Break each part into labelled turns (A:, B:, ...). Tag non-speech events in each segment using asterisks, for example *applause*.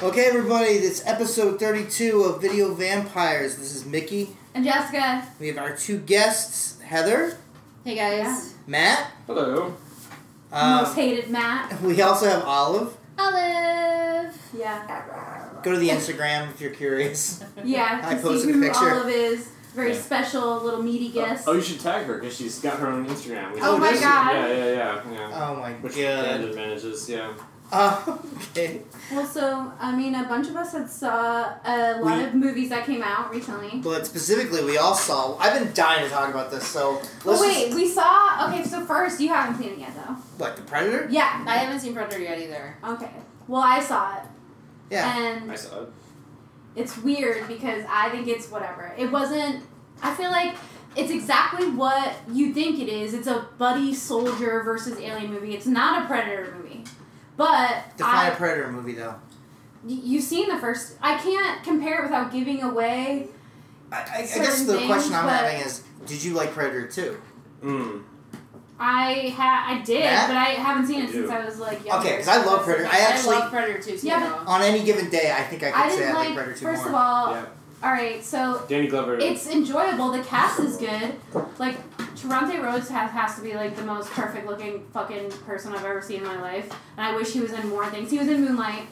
A: Okay, everybody, it's episode 32 of Video Vampires. This is Mickey.
B: And Jessica.
A: We have our two guests, Heather,
B: Hey guys.
A: Matt.
C: Hello. Oh,
B: Most
A: Um,
B: hated Matt.
A: we also have Olive.
B: Olive. Yeah.
A: Go to the Instagram if you're curious.
B: Yeah.
A: I
B: to
A: posted
B: see
A: a
B: who
A: picture.
B: Olive is. Very
C: Yeah.
B: special little meaty guest.
C: Oh, you should tag her because she's got her own Instagram. We
A: Oh
C: should-
A: my
C: yeah,
B: God.
C: Yeah, yeah, yeah, yeah.
A: Oh my
C: Which
A: god.
C: Brandon manages, yeah.
A: Uh, okay.
B: Well, so I mean, a bunch of us had saw a lot
A: We-
B: of movies that came out recently.
A: But specifically, we all saw. I've been dying to talk about this, so
B: Well,
A: let's
B: Oh, wait, we saw. Okay, so first you haven't seen it yet, though.
A: just. What, The Predator?
B: Yeah.
D: I haven't seen Predator yet either.
B: okay. Well, I saw it,
A: Yeah.
B: and
C: I saw it.
B: it's weird because I think it's whatever. It wasn't. I feel like it's exactly what you think it is. It's a buddy soldier versus alien movie. It's not a predator movie, but
A: Define a
B: Uh, I-
A: Predator movie, though.
B: y- you've seen the first. I can't compare it without giving away.
A: I, I, I guess
B: Certain
A: the
B: things,
A: question I'm
B: but-
A: having is did you like Predator 2?
B: Oh.
C: Mm.
B: I ha I did,
A: Matt?
B: but I haven't seen
C: I
B: it since
C: do.
B: I was like younger.
A: Okay, 'cause I love Predator. I actually-
D: love Predator 2 too.
B: Yeah,
D: though.
A: On any given day, I think I could
B: I
A: say
B: didn't
A: I
B: like.
A: like Predator 2
B: first
A: more.
B: of all,
C: yeah.
B: all right, so
C: Danny Glover.
B: it's enjoyable. The cast is good. Like Toronto Rhodes has, has to be like the most perfect looking fucking person I've ever seen in my life, and I wish he was in more things. He was in Moonlight,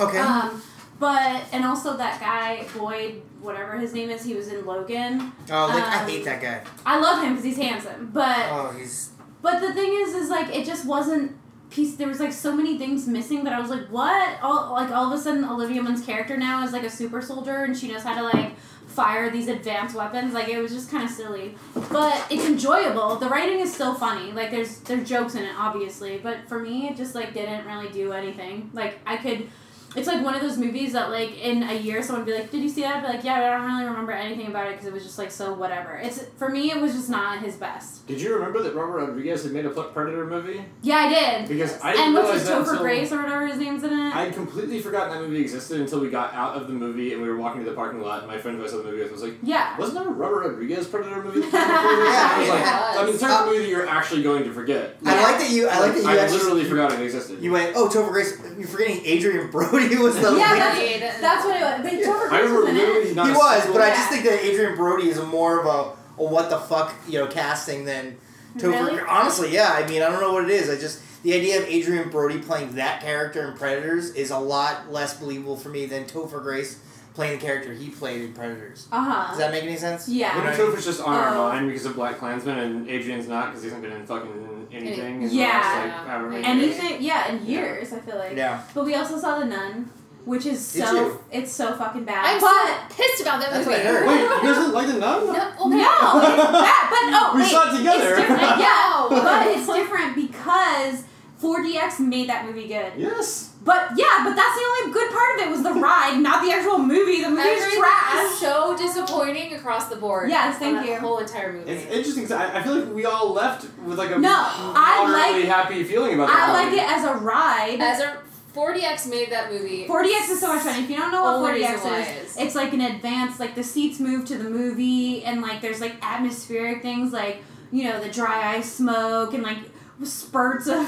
A: okay.
B: um, but and also that guy Boyd, whatever his name is, he was in Logan.
A: oh, like, I
B: um,
A: hate that guy.
B: I love him because he's handsome, but
A: Oh, he's.
B: but the thing is, is like it just wasn't piece. There was like so many things missing that I was like, what? All like all of a sudden, Olivia Munn's character now is like a super soldier, and she knows how to like fire these advanced weapons. Like it was just kind of silly, but it's enjoyable. The writing is still funny. Like there's there's jokes in it, obviously, but for me, it just like didn't really do anything. Like I could. It's like one of those movies that, like, in a year, someone would be like, "Did you see that?" I'd be like, "Yeah, but I don't really remember anything about it because it was just like so whatever." It's for me, it was just not his best.
C: Did you remember that Robert Rodriguez had made a Predator movie?
B: Yeah, I did.
C: Because I didn't
B: And what's
C: realize
B: his
C: that
B: Topher
C: until-
B: Grace or whatever his name's in it?
C: I had completely forgotten that movie existed until we got out of the movie and we were walking to the parking lot and my friend who I saw the movie with was like,
B: yeah.
C: wasn't there a Robert Rodriguez Predator
B: *laughs*
C: movie? that came
B: Yeah,
C: before this?" And I was like,
D: it
C: I mean,
D: was.
C: it's not a movie that you're actually going to forget.
A: I
B: Yeah.
A: like that you. I like that you
C: I
A: actually.
C: literally forgot it existed.
A: You went, oh, Topher Grace. You're forgetting Adrian Brody *laughs* was the.
B: Yeah,
A: lead."
B: that's-
D: Indeed.
B: That's what it was. But Topher
C: I
B: Grace was
C: remember
B: in it.
C: literally not
A: he
C: a
A: was,
C: single-
A: but I just
B: Yeah.
A: think that Adrian Brody is more of a, a what the fuck you know casting than Topher.
B: Really?
A: Honestly, yeah. I mean, I don't know what it is. I just the idea of Adrian Brody playing that character in Predators is a lot less believable for me than Topher Grace playing the character he played in Predators.
B: Uh
A: Does
B: huh.
A: that make any sense?
B: Yeah.
A: You know
C: I
A: what I
C: don't know
A: mean?
C: if it's just on our
B: Oh.
C: mind because of Black Klansman and Adrian's not because he hasn't been in fucking anything. in the
B: Yeah.
C: last, like, however many
D: And
C: years.
D: he's-
B: Anything? Yeah, in years I feel like.
A: Yeah.
B: But we also saw the Nun, which is
A: Did
B: so
A: you?
B: it's so fucking bad.
D: I'm
B: but
D: so pissed about that
A: That's
D: movie.
A: what I heard.
C: Wait, you guys didn't like the nun?
D: No, oh
B: no,
D: my
B: it's bad. But oh,
C: we
B: wait,
C: saw it together.
B: It's different. Yeah,
D: No.
B: but it's different because 4DX made that movie good.
C: yes.
B: But yeah, but that's the only good part of it was the ride, not the actual movie. The movie is
D: Everything
B: trash.
D: is so disappointing across the board.
B: Yes,
D: on
B: thank
D: that
B: you.
D: whole entire movie.
C: It's interesting. 'cause I, I feel like we all left with like a
B: No, I
C: moderately
B: like-
C: happy feeling about that.
B: I like
C: movie.
B: it as a ride.
D: As a 40x made that movie.
B: 40X is so much fun. If you don't know what
D: Only
B: 40X
D: reason why
B: is,
D: is-
B: it's like an advanced, like the seats move to the movie, and like there's like atmospheric things like, you know, the dry ice smoke and like spurts of *laughs*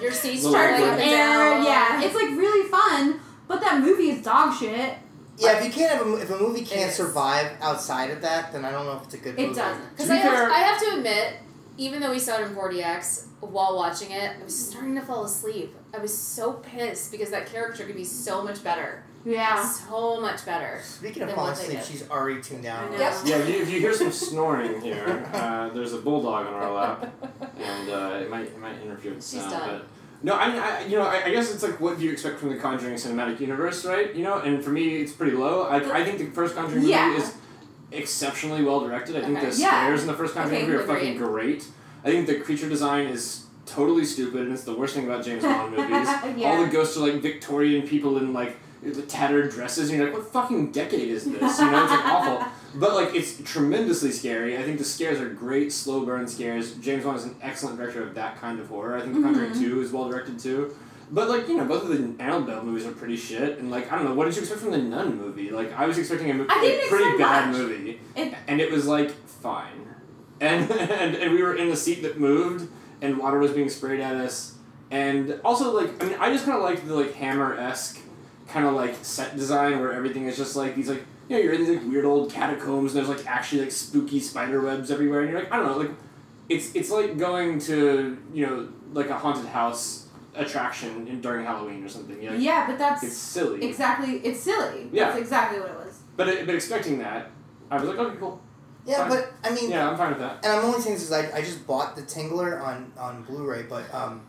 D: Your seats
C: Little
D: turning
B: spurts
D: up
B: of
D: and
B: air.
D: down.
B: Yeah, it's like really fun, but that movie is dog shit.
A: Yeah, if you can't have a, mo- if a movie can't
D: is.
A: survive outside of that, then I don't know if it's a good.
B: It
A: movie.
B: doesn't.
D: Because
C: To
D: I,
C: be
D: have-
C: fair-
D: I have to admit, even though we saw it in 40X, while watching it, I was starting to fall asleep. I was so pissed because that character could be so much better.
B: Yeah.
D: So much better.
A: Speaking of
D: Then
A: falling
D: what they
A: asleep,
D: did.
A: she's already tuned
B: I
A: out.
B: know.
D: Yep.
C: Yeah, if you, if you hear
D: *laughs*
C: some snoring here, uh, there's a bulldog on our lap, and uh, it might it might interfere with
D: She's
C: sound.
D: done.
C: But no, I, mean, I you know I, I guess it's like what do you expect from the Conjuring cinematic universe, right? You know, and for me it's pretty low. I, I think the first Conjuring
B: Yeah.
C: movie is exceptionally well directed. I think
D: Okay.
C: the
B: Yeah.
C: scares in the first Conjuring
D: Okay,
C: movie are
D: agreed.
C: fucking great. I think the creature design is totally stupid, and it's the worst thing about James Bond movies.
B: Yeah.
C: All the ghosts are like Victorian people in like the tattered dresses, and you're like, what fucking decade is this? You know, it's like awful. But like, it's tremendously scary. I think the scares are great, slow burn scares. James Wan is an excellent director of that kind of horror. I think The Conjuring
E: Mhm.
C: Two is well directed too. But like, you know, both of the Annabelle movies are pretty shit. And like, I don't know, what did you expect from the Nun movie? Like, I was expecting a, mo-
E: I didn't
C: a pretty
E: expect
C: bad
E: much.
C: movie,
E: It-
C: and it was like fine. And, *laughs* and and we were in a seat that moved, and water was being sprayed at us. And also, like, I mean, I just kind of liked the like Hammer esque kind of like set design where everything is just like these like you know you're in these like weird old catacombs and there's like actually like spooky spider webs everywhere and you're like I don't know like it's it's like going to you know like a haunted house attraction in, during Halloween or something. You're like,
B: yeah, but that's
C: It's silly.
B: exactly it's silly.
C: Yeah.
B: That's exactly what it was.
C: but it, but expecting that, I was like okay cool
A: Yeah,
C: Fine.
A: but I mean,
C: yeah I'm fine with that.
A: and I'm only saying this because I, I just bought the Tingler on on Blu-ray, but um,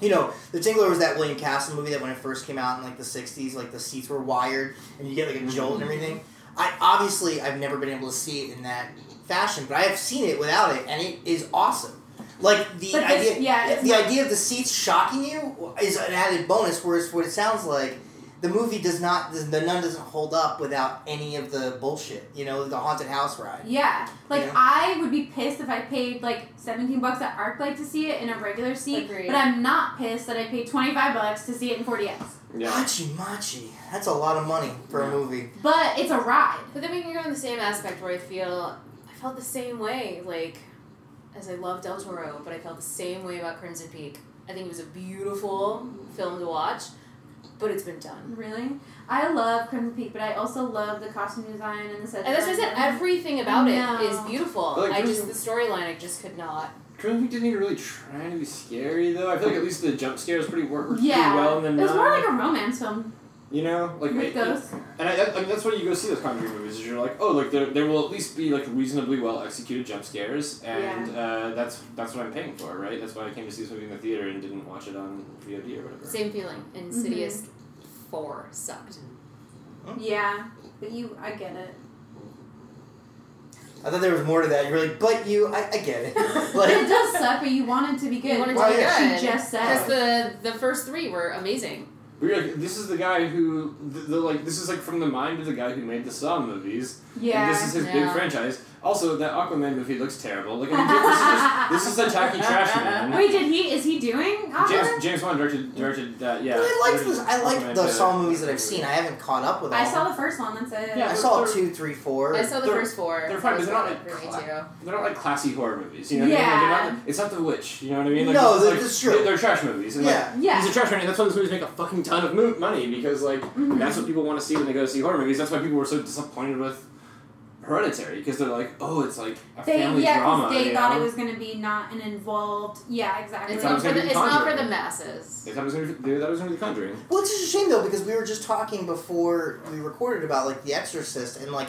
A: you know, the Tingler was that William Castle movie that when it first came out in like the '60s, like the seats were wired and you get like a jolt and everything. I obviously I've never been able to see it in that fashion, but I have seen it without it, and it is awesome. Like the
E: But this-
A: idea,
E: yeah, it's
A: the
E: not-
A: idea of the seats shocking you is an added bonus. Whereas what it sounds like, the movie does not, the nun doesn't hold up without any of the bullshit. You know, the haunted house ride.
E: Yeah, like
A: Yeah.
E: I would be pissed if I paid like seventeen bucks at ArcLight to see it in a regular seat,
D: Agreed.
E: but I'm not pissed that I paid twenty five bucks to see it in forty X.
C: Yeah.
A: Machi Machi. That's a lot of money for
C: Yeah.
A: a movie.
E: But it's a ride.
D: But then we can go in the same aspect where I feel I felt the same way, like as I love Del Toro, but I felt the same way about Crimson Peak. I think it was a beautiful film to watch, but it's been done.
E: Really, I love Crimson Peak, but I also love the costume design and the set.
D: And that's why I said
E: design.
D: everything about
E: No.
D: it is beautiful.
C: But, like,
D: I just
C: Crimson-
D: the storyline I just could not.
C: Crimson Peak didn't even really try to be scary though. I feel like at least the jump scares pretty worked
E: Yeah,
C: pretty well in the
E: it was more
C: Nun.
E: like a romance film
C: You know, like
E: with
C: I-
E: ghosts.
C: and I, I mean, that's why you go see those Conjuring movies. Is you're like, oh, like there, there will at least be like reasonably well executed jump scares, and uh, that's that's what I'm paying for, right? That's why I came to see this movie in the theater and didn't watch it on VOD or whatever.
D: Same feeling. Insidious four sucked.
E: Yeah, but you, I get it.
A: I thought there was more to that. You're like, but you, I, I get it. *laughs*
E: But it
A: Like,
E: does suck, but you want it to be good.
D: You wanted to
A: Well,
D: be
A: yeah,
D: good.
E: she just
D: Because
E: said.
D: the the first three were amazing.
C: But you're like, this is the guy who, the, the, like, this is like from the mind of the guy who made the Saw movies.
E: Yeah.
C: And this is his big
D: Yeah.
C: franchise. Also, that Aquaman movie looks terrible. Like, I mean, this is just, this is a tacky trash man.
E: *laughs* Wait, did he? Is he doing? Aquaman?
C: James, James Wan directed directed that. Yeah.
A: Well, I like
C: directed
A: this. I like
C: Aquaman
A: the
C: to-
A: Saw movies that I've seen. I haven't caught up with all.
E: I saw
A: of
E: the first one. That's it.
C: Yeah.
A: them. I
C: they're-
A: saw
C: they're-
A: two, three, four.
D: I saw the
C: They're-
D: first four.
C: they're
D: That
C: fine, but
D: was
C: they're not
D: about
C: like
D: it for me
C: cla-
D: too.
C: They're not like classy horror movies. You know what I mean? Like,
E: Yeah.
C: they're not, it's not the witch. You know what I mean? Like,
A: No,
C: it's,
A: that-
C: like,
A: that's true.
C: They're, they're trash movies. And,
A: yeah.
C: Like, He's a trash man, and that's why those movies make a fucking ton of mo- money because like
E: Mhm.
C: that's what people want to see when they go to see horror movies. That's why people were so disappointed with Hereditary because they're like, oh, it's like a
E: They
C: family
E: yeah, 'cause
C: drama.
E: they
C: you
E: thought
C: know?
E: it was gonna be not an involved. Yeah, exactly.
D: It's
C: thought it
D: not
C: was
D: for
C: gonna
D: the
C: be
D: it's not for the
C: Conjuring.
D: masses.
C: They thought it was gonna be, they thought it was gonna be The Conjuring.
A: Well, it's just a shame though because we were just talking before we recorded about like The Exorcist and like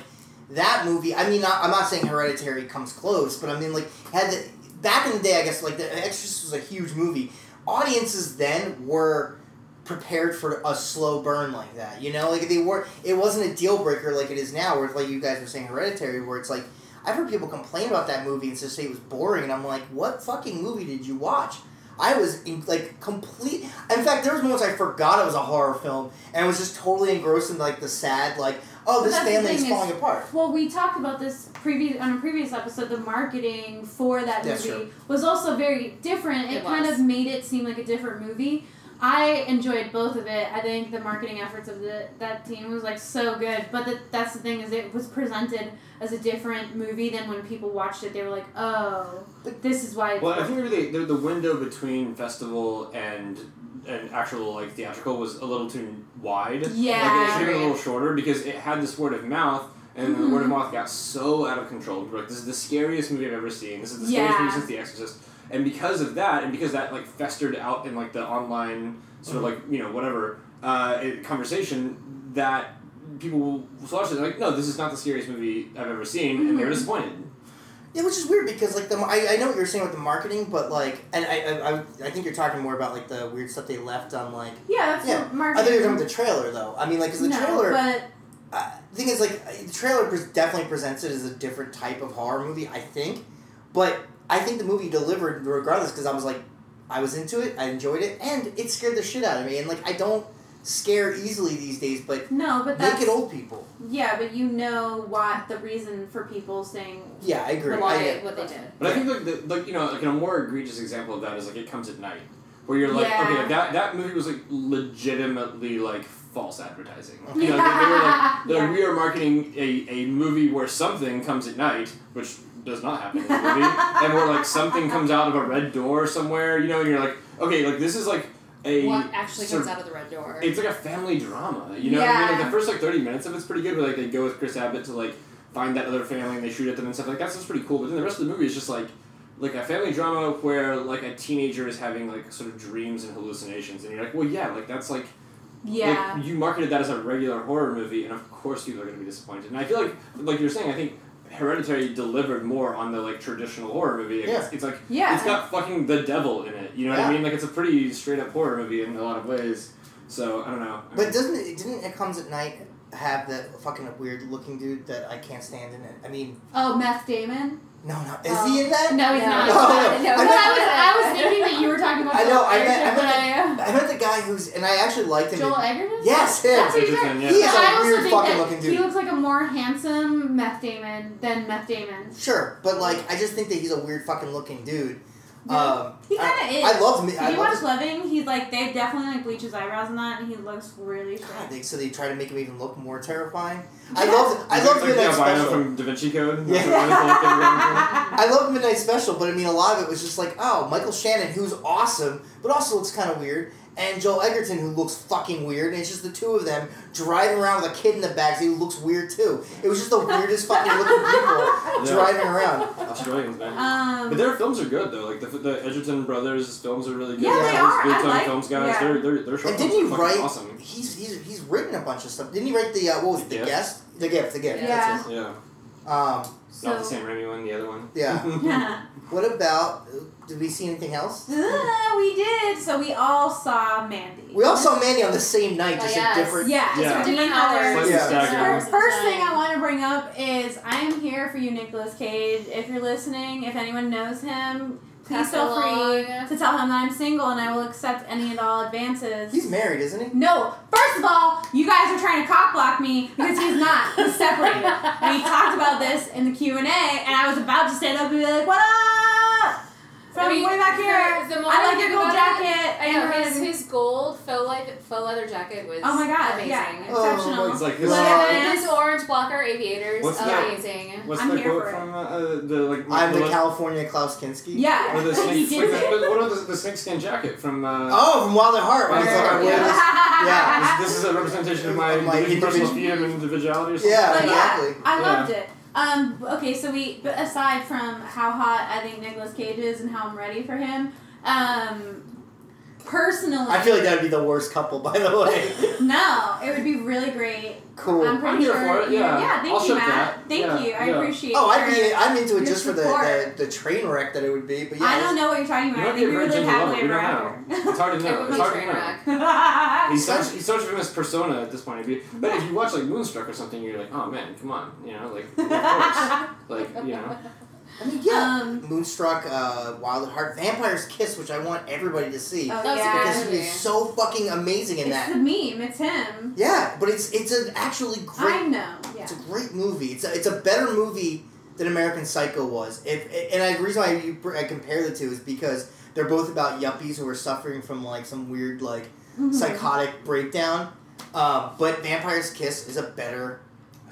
A: that movie. I mean, not, I'm not saying Hereditary comes close, but I mean like had the, back in the day, I guess like The Exorcist was a huge movie. Audiences then were prepared for a slow burn like that. You know, like they were. It wasn't a deal breaker like it is now, where like you guys were saying Hereditary, where it's like. I've heard people complain about that movie and just say it was boring, and I'm like, what fucking movie did you watch? I was in, like complete. In fact, there was moments I forgot it was a horror film, and I was just totally engrossed in like the sad, like, oh,
E: But
A: this
E: that's the
A: family
E: thing
A: is
E: is-
A: falling apart.
E: Well, we talked about this previous on a previous episode. The marketing for that
A: That's
E: movie was also very different. It,
D: It
E: kind
D: was.
E: of made it seem like a different movie. I enjoyed both of it. I think the marketing efforts of the that team was like so good. But the, that's the thing is it was presented as a different movie than when people watched it. They were like, oh, this is why. It's
C: Well, I think maybe they, the the window between festival and and actual like theatrical was a little too wide. Like, it should
E: yeah.
C: have been a little shorter because it had this word of mouth, and the
E: Mm-hmm.
C: word of mouth got so out of control. People were like, this is the scariest movie I've ever seen. This is the scariest
E: Yeah.
C: movie since The Exorcist. And because of that, and because that like festered out in like the online sort of like you know whatever uh, it- conversation that people will watch it they're like, no, this is not the scariest movie I've ever seen, and they were
E: Mhm.
C: disappointed.
A: Yeah, which is weird because like the I, I know what you're saying with the marketing, but like, and I I, I I think you're talking more about like the weird stuff they left on like.
E: yeah, that's
A: Yeah.
E: the
A: I
E: marketing.
A: think you're talking about the trailer though. I mean, like, 'cause the
E: no,
A: trailer.
E: but
A: uh, the thing is, like, the trailer pres definitely presents it as a different type of horror movie, I think. But I think the movie delivered regardless because I was like, I was into it, I enjoyed it, and it scared the shit out of me. And, like, I don't scare easily these days, but
B: No, but
A: look
B: that's
A: at old people.
B: yeah, but you know what the reason for people saying
A: Yeah, I agree.
D: why
A: I,
D: what they did.
C: But I think like, the, like you know like a more egregious example of that is like it comes at night, where you're like
B: Yeah.
C: okay that that movie was like legitimately like false advertising. You know they, they
E: *laughs*
D: *laughs*
C: were like they're like, we are marketing a, a movie where something comes at night, which does not happen in the movie, and where like something comes out of a red door somewhere. You know and you're like okay like this is like a
D: What actually
C: sort
D: comes out of the red door?
C: It's like a family drama, you know. what I mean? Like
B: Yeah.
C: the first like thirty minutes of it's pretty good, but like they go with Chris Abbott to like find that other family and they shoot at them and stuff like that. So it's pretty cool. But then the rest of the movie is just like like a family drama where like a teenager is having like sort of dreams and hallucinations, and you're like, well, yeah, like that's like
B: yeah.
C: like, you marketed that as a regular horror movie, and of course people are going to be disappointed. And I feel like, like you're saying, I think Hereditary delivered more on the like traditional horror movie. Like, It's, it's like
B: Yeah.
C: it's got fucking the devil in it. You know what
A: Yeah.
C: I mean? Like it's a pretty straight up horror movie in a lot of ways. So I don't know. I
A: but
C: mean,
A: doesn't it? Didn't it comes at night have that fucking weird looking dude that I can't stand in it? I mean,
B: Oh, Meth Damon.
A: no, no, is
D: Oh.
A: he in that?
B: Um, No, he's *laughs*
D: No.
B: not.
A: No, no,
B: But
A: I
B: I,
A: meant-
B: was, I was thinking that you were talking about.
A: I know, I
B: Joel
A: meant- I
B: Edgerton,
A: meant I met the guy who's and I actually liked
B: but I,
A: him.
B: Joel Edgerton.
A: Yes, him.
B: That's what you
C: Edgerton,
B: said.
C: yeah.
A: He is
B: But
A: a
B: I also
A: weird
B: think
A: fucking
B: that
A: looking dude.
B: He looks like a more handsome Meth Damon than Meth Damon.
A: Sure, but like I just think that he's a weird fucking looking dude.
B: Yeah.
A: Um,
B: He
A: I-
B: kind of is.
A: I loved me.
B: Did
A: I
B: you
A: loved
B: watch Loving? He's like they definitely like bleach his eyebrows and that, and he looks really
A: God,
B: shit.
A: they, so they try to make him even look more terrifying. I
B: Yeah.
A: love I
C: Is
A: love
C: it, like, the
A: Midnight
C: albino
A: Special.
C: from Da Vinci Code.
A: Yeah.
C: That's what it was like, everyone-
A: I love Midnight Special, but I mean a lot of it was just like, oh, Michael Shannon, who's awesome, but also looks kind of weird, and Joel Egerton, who looks fucking weird, and it's just the two of them driving around with a kid in the back, so he looks weird too. It was just the weirdest fucking looking *laughs* people
C: Yeah.
A: driving around.
C: Australians, man.
B: *laughs* Um,
C: But their films are good though. Like the, the Edgerton brothers' films are really good.
B: Yeah,
A: they
C: They're those
B: are.
C: Big
B: I
C: time
B: like-
C: films guys.
B: yeah.
C: They're they're they're short
A: And didn't
C: films
A: he
C: are fucking
A: write-
C: awesome.
A: He's he's he's written a bunch of stuff. Didn't he write the uh, what was it,
C: The
A: the
C: Gift?
A: guest? The gift, the gift.
B: Yeah.
A: That's
C: Yeah,
A: it. Um,
B: so,
C: not the Sam Raimi one. The other one.
A: Yeah.
C: *laughs*
A: what about? Did we see anything else?
B: *laughs* Uh, we did. So we all saw Mandy.
A: We all saw Mandy on the same night,
D: Oh,
A: just
D: yes.
A: at different.
B: Yeah.
C: Yeah.
B: So we
D: Different
B: had
D: hours.
B: our-
C: Slightly
A: Yeah.
C: staggering.
B: First, first thing I
D: Time.
B: want to bring up is I am here for you, Nicolas Cage. If you're listening, if anyone knows him, please
D: Pass
B: feel free
D: along.
B: to tell him that I'm single and I will accept any and all advances.
A: He's married, isn't he?
B: No, first of all, you guys are trying to cock block me because he's not. He's separated. *laughs* and we talked about this in the Q and A, and I was about to stand up and be like, "What up?" From
D: I mean,
B: way back here.
D: The, the more
B: I like
D: think
B: your gold
D: about it,
B: jacket.
D: I know
B: and
D: his, his gold faux leather, faux leather jacket was
B: Oh my god!
D: amazing.
B: Yeah,
A: Oh,
B: exceptional.
C: It's like this.
A: Look
B: at
D: With
B: Yeah.
D: his orange blocker aviators,
C: What's that?
D: amazing.
C: What's
B: I'm
C: the
B: here
C: quote
B: for it.
C: from uh, uh, the like?
A: I'm
C: the,
A: the
C: what-
A: California Klaus Kinski.
B: yeah,
C: What
B: *laughs*
C: are the
B: he
C: snakes?
B: did
C: what,
B: it.
C: but what are the, the snakeskin jacket from? Uh,
A: Oh, from Wild at Heart. When he's like, I
C: Yeah.
A: wear this- Yeah.
C: This, this is a representation of my,
A: Of my
C: individual personal
A: individu-
C: freedom and individuality. Or something.
A: Yeah,
B: *laughs* But yeah,
A: exactly.
B: I
C: Yeah.
B: loved it. Um, okay, so we but aside from how hot I think Nicolas Cage is and how I'm ready for him, um, personally,
A: I feel like that'd be the worst couple, by the
B: *laughs*
A: way.
B: no, it would be really great.
A: cool.
B: I'm pretty
C: I'm here
B: sure.
C: for it, yeah.
B: thank
C: I'll
B: you,
C: ship
B: Matt.
C: that.
B: Thank
C: Yeah,
B: you. I
C: yeah.
B: appreciate.
A: oh, I'd
B: your-
A: be. I'm into it
B: your
A: just for the,
B: support.
A: the the train wreck that it would be. But yeah,
B: I don't know what you're talking about.
C: You
B: I
C: might
B: think
C: be
B: we
C: a
B: were like
C: virgin to love.
B: halfway
C: We don't
B: around. *laughs*
C: It's hard to
D: It
C: know.
D: would
C: It's
D: be
C: hard to
D: train
C: know.
D: wreck.
C: He's such he's such a famous persona at this point. It'd be- But if you watch like Moonstruck or something, you're like, oh man, come on, you know, like of
B: *laughs*
C: course, like you know,
A: I mean, yeah.
B: Um,
A: Moonstruck, uh, Wild at Heart, Vampire's Kiss, which I want everybody to see
B: Oh,
D: That was a
B: yeah.
D: good
A: because he
D: movie.
A: is so fucking amazing in
B: it's
A: that.
B: the meme. It's him.
A: Yeah, but it's it's an actually great.
B: I know. Yeah.
A: It's a great movie. It's a, it's a better movie than American Psycho was. If and I, the reason why you, br- I compare the two is because they're both about yuppies who are suffering from like some weird like
B: Mhm.
A: psychotic breakdown. Uh, but Vampire's Kiss is a better.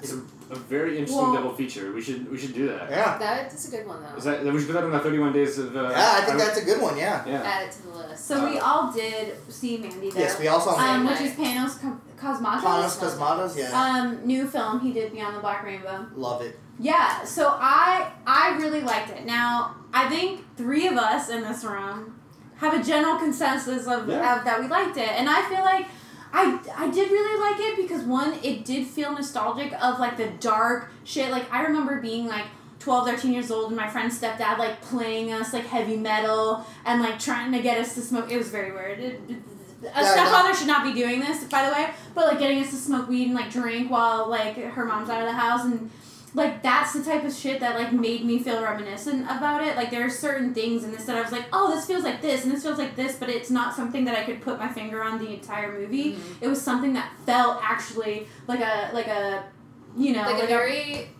C: it's a, a very interesting
B: Well-
C: double feature. We should we should do that.
A: Yeah,
D: *laughs* That is a good one though.
C: Is that we should put that on the 31 days of. Uh,
A: yeah. I think that's a good one. Yeah.
C: Yeah.
D: Add it to the list.
B: So we all did see Mandy though.
A: Uh, Yes, we also
B: um,
A: on
B: which is Panos Co-
A: Panos
B: Cosmatos.
A: Cosmatos. Yeah,
B: Um, new film he did Beyond the Black Rainbow.
A: love it.
B: Yeah, so I I really liked it. Now I think three of us in this room have a general consensus of,
C: Yeah.
B: of that we liked it, and I feel like I I did really like it because one, it did feel nostalgic of like the dark shit. Like I remember being like. 12, 13 years old, and my friend's stepdad like playing us like heavy metal and like trying to get us to smoke. It was very weird. It, a
A: Yeah,
B: stepfather should not be doing this, by the way, but like getting us to smoke weed and like drink while like her mom's out of the house and
E: like that's the type of shit that like made me feel reminiscent about it. Like there are certain things in this that I was like, oh, this feels like this and this feels like this, but it's not something that I could put my finger on the entire movie.
B: Mm-hmm.
D: Mhm.
E: It was something that felt actually like a like a you know
D: like, a very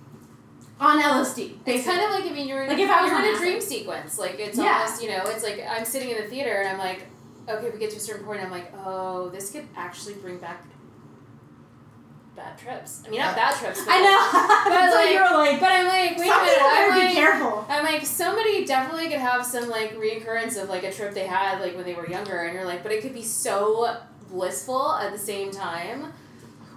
E: on LSD.
D: it's
E: Basically.
D: kind of like if you're in,
E: Like if I was
D: you're
E: on
D: in a
E: acid.
D: dream sequence like it's
E: Yeah.
D: almost you know it's like I'm sitting in the theater and I'm like okay we get to a certain point I'm like oh this could actually bring back bad trips I mean not bad trips
E: *laughs*
D: but
E: I know.
D: *laughs* But
E: so
D: like-
E: you're like,
D: but I'm like wait
E: some
D: a minute
E: people
D: I'm
E: better
D: like,
E: be
D: *laughs*
E: careful.
D: I'm like, somebody definitely could have some like reoccurrence of like a trip they had like when they were younger, and you're like, but it could be so blissful at the same time.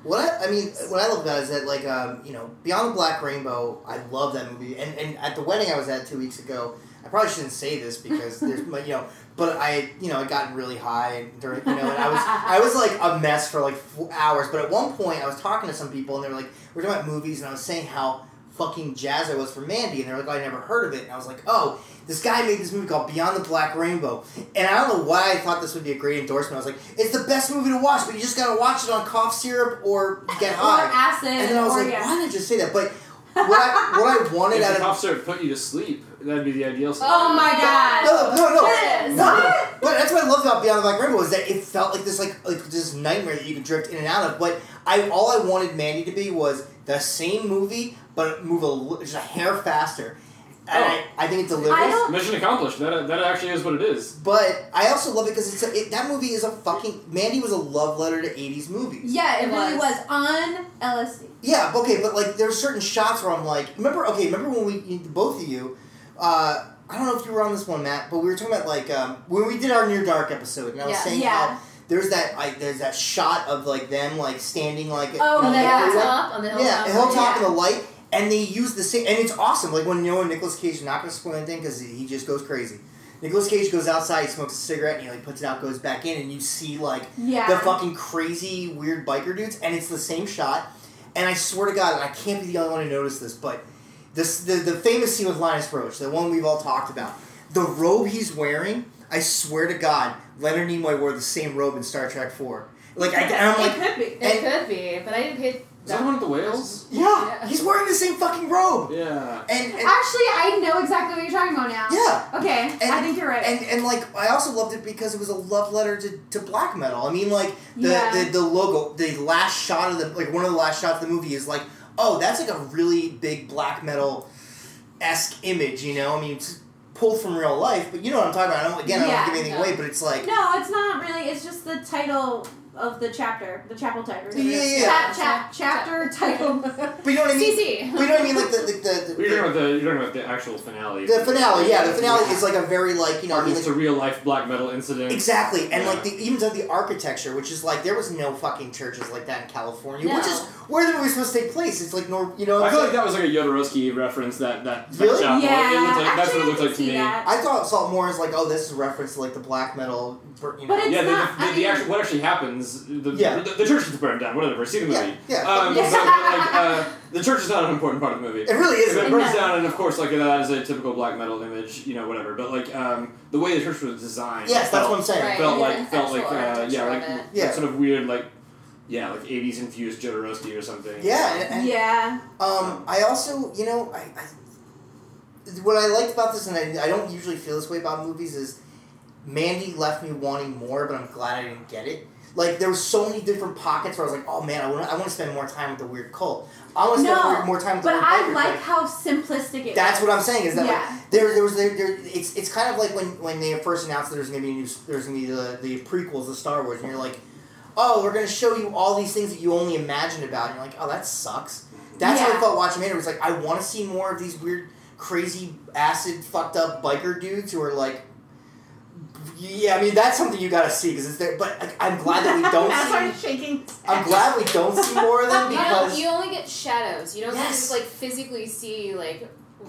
A: What I, I mean, what I love about it is that like um, you know, Beyond the Black Rainbow, I love that movie. And and at the wedding I was at two weeks ago, I probably shouldn't say this because there's but you know, but I you know I gotten really high during you know, and I was I was like a mess for like four hours. But at one point I was talking to some people and they were like, we we're talking about movies, and I was saying how fucking jazz I was for Mandy, and they're like, "Oh, I never heard of it, and I was like, oh. This guy made this movie called Beyond the Black Rainbow, and I don't know why I thought this would be a great endorsement. I was like, "It's the best movie to watch, but you just gotta watch it on cough syrup or get
E: Or
A: high."
E: acid.
A: And then I was
E: or
A: like,
E: yeah.
A: "Why did I just say that?" But what I what
E: *laughs*
A: I wanted
C: If
A: out
C: the
A: of
C: cough syrup put you to sleep, that'd be the ideal.
E: Oh
A: *laughs*
E: my god.
A: no, no, no,
E: Yes.
A: no. But that's what I love about Beyond the Black Rainbow is that it felt like this, like like this nightmare that you could drift in and out of. But I, all I wanted Mandy to be was the same movie, but move a li- just a hair faster. And I, I think it delivers.
E: Oh. I don't-
C: Mission accomplished. That that actually is what it is.
A: but I also love it because it's a, it, that movie is a fucking Mandy was a love letter to '80s movies.
E: Yeah, it,
D: It
E: really
D: was.
E: was on LSD.
A: Yeah, but okay, but like there's certain shots where I'm like, remember? Okay, remember when we you- both of you, uh, I don't know if you were on this one, Matt, but we were talking about like um, when we did our near dark episode, and I was
D: Yeah.
A: saying
E: Yeah.
A: how there's that like there's that shot of like them like standing like
E: Oh,
A: on the
E: yeah.
A: freeway.
D: Hilltop, on the hilltop.
A: yeah, the hilltop
E: yeah.
A: and the light, and they use the same, and it's awesome. Like when you know when Nicolas Cage, not gonna spoil anything because he, he just goes crazy. Nicolas Cage goes outside, he smokes a cigarette, and he like puts it out, goes back in, and you see like
E: Yeah.
A: the fucking crazy weird biker dudes, and it's the same shot. And I swear to God, and I can't be the only one who noticed this, but this the, the famous scene with Linus Roach, the one we've all talked about, the robe he's wearing. I swear to God, Leonard Nimoy wore the same robe in Star Trek Four. Like I, and I'm like,
E: it could be.
D: It could be, but I didn't pay.
C: Is that the one with the whales?
A: yeah, he's wearing the same fucking robe.
C: Yeah.
A: And,
E: Actually,
A: and
E: I know exactly what you're talking about now.
A: yeah,
E: Okay, I
A: And-
E: think you're right.
A: and and like I also loved it because it was a love letter to, to black metal. I mean, like the,
E: Yeah.
A: the the logo, the last shot of the like one of the last shots of the movie is like, oh, that's like a really big black metal esque image. You know, I mean, it's pulled from real life, but you know what I'm talking about. I don't again, I don't
E: Yeah,
A: give anything
D: no.
A: away, but it's like
E: no, it's not really. It's just the title of the chapter, the chapel title.
A: Yeah, yeah, yeah.
E: Chap, chap, chapter title.
A: but you know what I mean.
D: CC.
A: But you know what I mean, like the the the,
C: You're talking
A: the,
C: about the you're talking about the actual finale.
A: the finale. Yeah, the finale
C: Yeah.
A: is like a very like you know. I mean, like,
C: It's a real life black metal incident.
A: Exactly, and like
C: Yeah.
A: the, even to the architecture, which is like there was no fucking churches like that in California,
D: No.
A: which is where the movie's supposed to take place. It's like nor you know.
C: I
A: it's
C: feel like
A: like-
C: that was like a Jodorowsky reference. That that that
A: Really?
C: chapel. It
E: yeah, *laughs*
C: looked like, that's
E: actually,
C: what it looked
E: I can
C: like to
E: see
C: me.
E: that.
A: I thought saw it more as like, oh, this is a reference to like the black metal. You know.
E: But It's
C: yeah, the,
E: not-
C: the,
E: I
C: the,
E: mean-
C: actual, what actually happens, the,
A: Yeah.
C: the, the church is burned down, whatever, see the movie.
A: yeah, yeah,
C: Um,
E: Yeah.
C: so, like, uh, the church is not an important part of the movie.
A: it really is.
C: If it
E: Isn't
C: burns
E: it?
C: down, and of course, like that is a typical black metal image, you know, whatever. But like um, the way the church was designed,
A: Yes, that's
C: felt,
A: what I'm saying.
D: Right.
C: felt
D: yeah,
C: like
D: the
C: felt like
D: sexual
C: uh, yeah,
D: orientation
C: like
D: of it.
A: Yeah.
C: sort of weird, like yeah, like '80s infused Jodorowsky or something.
A: Yeah, and, and
E: yeah.
A: um, I also you know I, I what I liked about this, and I, I don't usually feel this way about movies, is Mandy left me wanting more, but I'm glad I didn't get it. Like there were so many different pockets where I was like, oh man, I want I want to spend more time with the weird cult. I want to spend
E: No,
A: more, more time with the
E: But
A: weird
E: I
A: biker
E: like
A: gang."
E: how simplistic it
A: That's
E: was.
A: what I'm saying. Is that like,
E: Yeah.
A: there, there was there, there, it's it's kind of like when when they first announced that there's gonna be a new there's gonna be the the prequels of Star Wars, and you're like, oh, we're gonna show you all these things that you only imagined about, and you're like, oh, that sucks. That's how I
E: Yeah.
A: felt watching it. It was like I want to see more of these weird, crazy, acid, fucked up biker dudes who are like. Yeah, I mean that's something you gotta see because it's there. But like, I'm glad
E: *laughs*
A: that we don't
E: Matt started
A: see.
E: shaking.
A: I'm glad we don't see more
E: *laughs*
A: of them
D: You don't-
A: because
D: you only get shadows. You don't get to
A: Yes.
D: like physically see like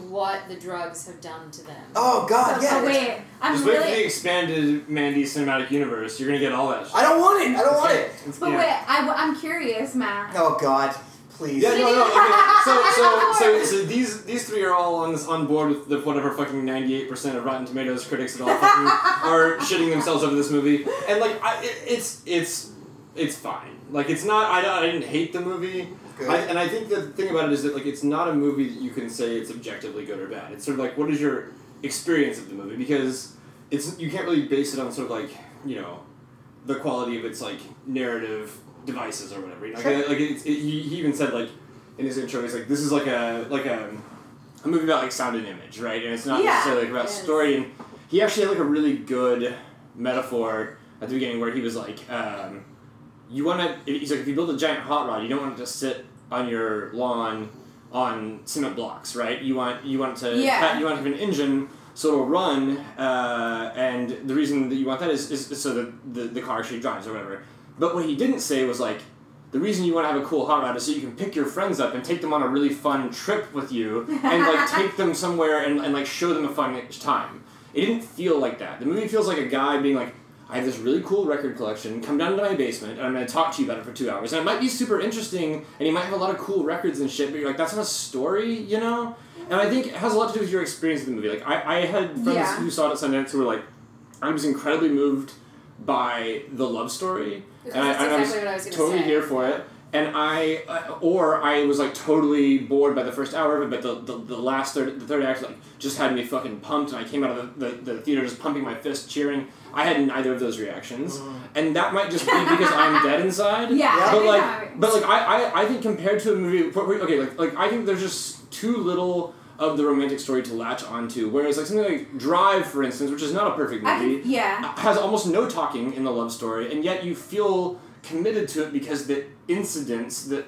D: what the drugs have done to them.
A: oh god, yeah.
E: Oh, wait, I'm
C: Just wait for the
E: really.
C: expanded Mandy cinematic universe. You're gonna get all that. Shit.
A: I don't want it. I don't want it.
C: It's-
E: But
C: yeah.
E: wait, I, am curious, Matt.
A: Oh god, please.
C: Yeah, no, no.
E: *laughs*
C: Okay. So, so, so, so these these three are all on this on board with the whatever fucking ninety eight percent of Rotten Tomatoes critics
E: *laughs*
C: at all fucking are shitting themselves over this movie, and like I, it, it's it's it's fine. Like it's not. I, don't- I didn't hate the movie.
A: Good.
C: I, and I think the thing about it is that like it's not a movie that you can say it's objectively good or bad. It's sort of like what is your experience of the movie because it's you can't really base it on sort of like you know the quality of its like narrative devices or whatever. Like,
A: Sure.
C: like it's, it, he he even said like in his intro he's like this is like a like a a movie about like sound and image right and it's not
B: Yeah,
C: necessarily like about
D: it is.
C: story and he actually had like a really good metaphor at the beginning where he was like. Um, you want to he's like if you build a giant hot rod you don't want it to sit on your lawn on cement blocks right you want you want to
B: Yeah.
C: ha- you want to have an engine so it'll run uh, and the reason that you want that is, is is so that the, the car actually drives or whatever but what he didn't say was like the reason you want to have a cool hot rod is so you can pick your friends up and take them on a really fun trip with you and like take them somewhere and, and like show them a fun time it didn't feel like that the movie feels like a guy being like I have this really cool record collection. Come down to my basement, and I'm going to talk to you about it for two hours. And it might be super interesting, and you might have a lot of cool records and shit. But you're like, that's not a story, you know. And I think it has a lot to do with your experience of the movie. Like, I, I had friends
B: Yeah.
C: who saw it at Sundance who were like, I was incredibly moved by the love story,
D: Because
C: and I,
D: that's
C: and I was
D: exactly what I was gonna
C: totally
D: say.
C: here for it. And I, uh, or I was like totally bored by the first hour of it, but the, the, the last third, the third act like just had me fucking pumped, and I came out of the, the, the theater just pumping my fist, cheering. I had neither of those reactions, and that might just be because I'm dead
B: *laughs*
C: inside.
A: Yeah.
B: Yeah, I
C: But
B: think
C: like,
B: that-
C: but like, I, I, I think compared to a movie, where- where- okay, like, like I think there's just too little of the romantic story to latch onto. Whereas like something like Drive, for instance, which is not a perfect movie,
B: I think, yeah.
C: has almost no talking in the love story, and yet you feel committed to it because the incidents that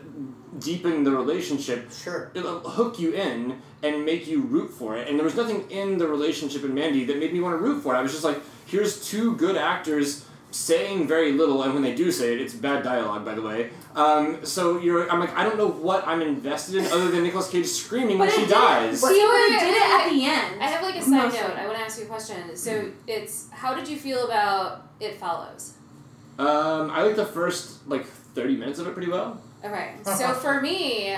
C: deepen the relationship
A: Sure.
C: it'll hook you in and make you root for it. And there was nothing in the relationship in Mandy that made me want to root for it. I was just like, here's two good actors saying very little, and when they do say it, it's bad dialogue, by the way. Um, so you're, I'm like, I don't know what I'm invested in other than Nicolas Cage screaming when
E: But
C: she
E: it did-
C: dies.
E: See what
D: Wait,
E: it did
D: wait,
E: it at
D: wait.
E: the end.
D: I have like a side
E: Mostly.
D: note. I want to ask you a question. So
A: Mm-hmm.
D: it's how did you feel about It Follows?
C: Um, I like the first like 30 minutes of it pretty well.
D: Okay,
A: Uh-huh.
D: so for me,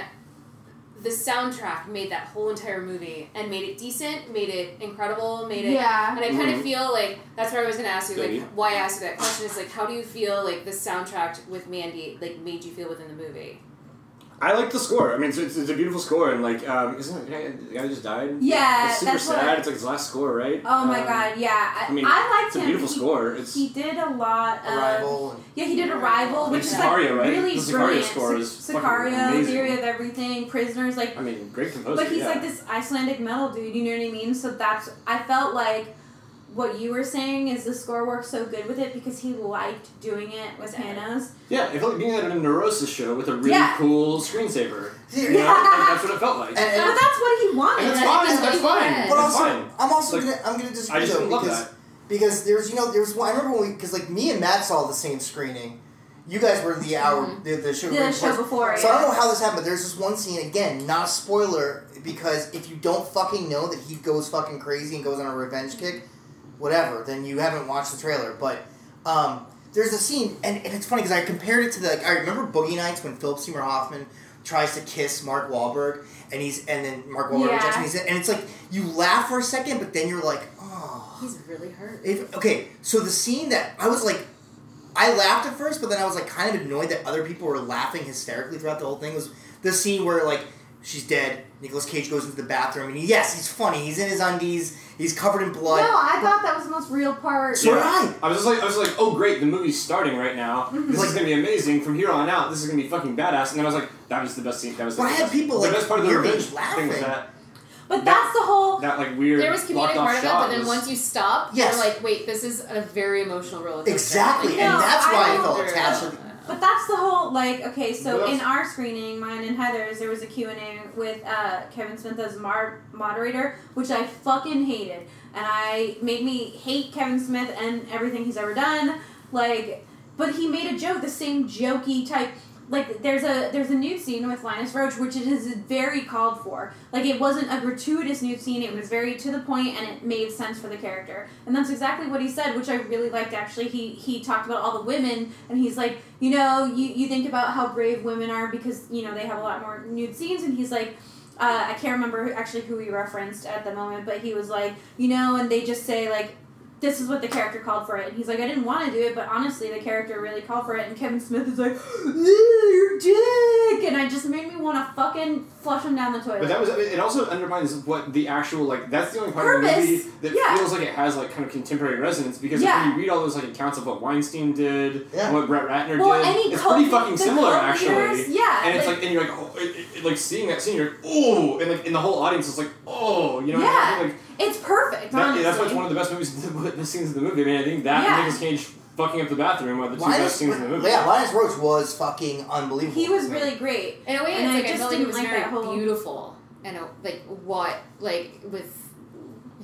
D: the soundtrack made that whole entire movie and made it decent, made it incredible, made it.
B: Yeah.
D: And I kind
A: Mm-hmm.
C: Mhm.
D: of feel like that's what I was gonna ask you.
C: Goody.
D: Like, why I asked you that question is like, how do you feel like the soundtrack with Mandy like made you feel within the movie?
C: I like the score. I mean, it's, it's, it's a beautiful score, and like, um, isn't it, the guy- the guy just died?
B: Yeah,
C: it's super
B: that's what
C: sad.
B: I-
C: it's like his last score, right?
B: Oh my
C: Um,
B: god, yeah. I,
C: I mean,
B: I liked
C: It's a
B: him.
C: beautiful
B: he,
C: score. It's
B: He did a lot
E: Um,
B: of.
A: Arrival. And,
B: Yeah, he did Arrival, which is
C: Like Sicario,
B: like
C: right?
B: really
C: The Sicario
B: brilliant.
C: score is
B: Sic-
C: fucking
B: Sicario,
C: amazing.
B: Theory of Everything, Prisoners, like.
C: I mean, great composer.
B: But he's
C: yeah.
B: like this Icelandic metal dude, you know what I mean? So that's I felt like what you were saying is the score worked so good with it because he liked doing it with
D: Exactly.
B: Panos.
C: Yeah, it felt like being at a neurosis show with a really
B: Yeah.
C: cool screensaver.
A: yeah.
C: You know? Like, that's what it felt like.
A: And, and-
B: But that's what he wanted.
C: And that's
D: I
C: fine.
D: think that's
C: That's
D: what he
C: fine.
D: wanted.
A: But
C: that's
A: also-
C: fine.
A: I'm also
C: Like,
A: gonna I'm gonna disagree
C: I just
A: though
C: didn't love
A: because
C: that.
A: because there's you know there's one I remember when we because like me and Matt saw the same screening. You guys were the hour
D: Mhm.
A: the, the show.
B: Mm-hmm. The
A: right
B: show
A: before.
B: before,
A: So I don't
B: yeah.
A: know how this happened, but there's this one scene again, not a spoiler, because if you don't fucking know that he goes fucking crazy and goes on a revenge kick, whatever, then you haven't watched the trailer. But um, there's a scene, and, and it's funny because I compared it to the. Like, I remember Boogie Nights when Philip Seymour Hoffman tries to kiss Mark Wahlberg, and he's and then Mark Wahlberg
B: Yeah.
A: rejects him, he's, and it's like you laugh for a second, but then you're like, oh.
D: He's really hurt.
A: If, okay, so the scene that I was like, I laughed at first, but then I was like kind of annoyed that other people were laughing hysterically throughout the whole thing. Was the scene where like she's dead, Nicolas Cage goes into the bathroom, and he, yes, he's funny. He's in his undies. He's covered in blood.
B: no, I thought that was the most real part.
A: So
C: Yeah.
A: did I.
C: I was just like, I was just like, oh great, the movie's starting right now. This is
A: Like-
C: gonna be amazing. From here on out, this is gonna be fucking badass. And then I was like, that was the best scene. That was.
A: But
C: the
A: I had
C: best.
A: people,
C: the
A: like,
C: best part of the
A: near me
C: revenge thing
A: laughing.
C: was that
B: But that's the whole
C: that like weird.
D: There was comedic
C: locked off
D: part of it,
C: shot
D: but then
C: was-
D: once you stop,
A: Yes.
D: you're like, wait, this is a very emotional roller coaster.
A: Exactly,
D: Like,
B: and
D: no,
A: that's
B: why I
D: don't-
A: felt attached to-
B: but that's the whole like okay, so
C: What
B: in
C: else?
B: our screening, mine and Heather's, there was a Q&A with uh, Kevin Smith as mar- moderator, which I fucking hated. And I made me hate Kevin Smith and everything he's ever done. Like but he made a joke, the same jokey type like there's a there's a nude scene with Linus Roach, which it is very called for. Like it wasn't a gratuitous nude scene; it was very to the point, and it made sense for the character. And that's exactly what he said, which I really liked. Actually, he he talked about all the women, and he's like, you know, you you think about how brave women are because you know they have a lot more nude scenes, and he's like. Uh, I can't remember who- actually who he referenced at the moment, but he was like, you know, and they just say like, this is what the character called for it. And he's like, I didn't want to do it, but honestly, the character really called for it. And Kevin Smith is like, "Ew, your dick! And I just made me want to fucking flush him down the toilet.
C: But that was it. Also undermines what the actual like. That's the only part of the
B: Purpose,
C: movie that
B: yeah.
C: feels like it has like kind of contemporary resonance because
B: Yeah.
C: if you read all those like accounts of what Weinstein did,
A: Yeah.
C: what Brett Ratner
B: well,
C: did,
B: any
C: it's
B: cult-
C: pretty fucking
B: the
C: similar
B: cult
C: actually.
B: leaders, yeah.
C: And it's
B: like-
C: like, and you're like, oh, it, it- like seeing that scene, you're like, oh, and like, and the whole audience is like, oh, you know, what I mean? like
B: it's perfect.
C: that,
B: honestly.
C: yeah, that's why it's one of the best movies, the, *laughs* the scenes in the movie. I mean, I think that
B: Yeah.
C: and Nicolas Cage fucking up the bathroom are the two best
A: Linus,
C: scenes in the movie.
A: yeah, Linus Roach was fucking unbelievable.
B: he was really great.
D: In a way,
B: And
D: it's
B: I
D: like I
B: just
D: felt like it
B: didn't
D: was
B: like
D: very
B: that whole-
D: beautiful, and uh, like what, like with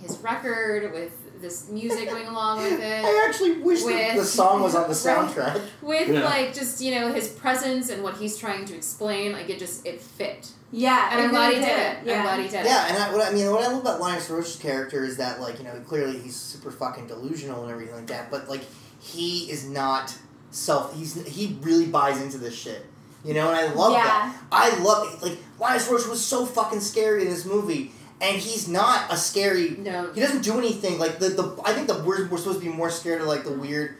D: his record, with this music going
A: *laughs*
D: along with it,
A: I actually wish that the
D: With-
A: song was on the soundtrack.
D: with
C: Yeah.
D: like just you know his presence and what he's trying to explain. Like it just it fit,
B: Yeah,
D: and
B: it
D: I'm glad
B: really
D: he did it.
B: Yeah.
D: I'm glad he did
A: Yeah, and I, what I mean, what I love about Linus Roach's character is that, like, you know, clearly he's super fucking delusional and everything like that, but like, he is not self. He's he really buys into this shit, you know. And I love
B: yeah.
A: that. I love it. Like Linus Roach was so fucking scary in this movie, and he's not a scary
D: it. No,
A: He doesn't do anything. Like the, the I think the we're, we're supposed to be more scared of like the weird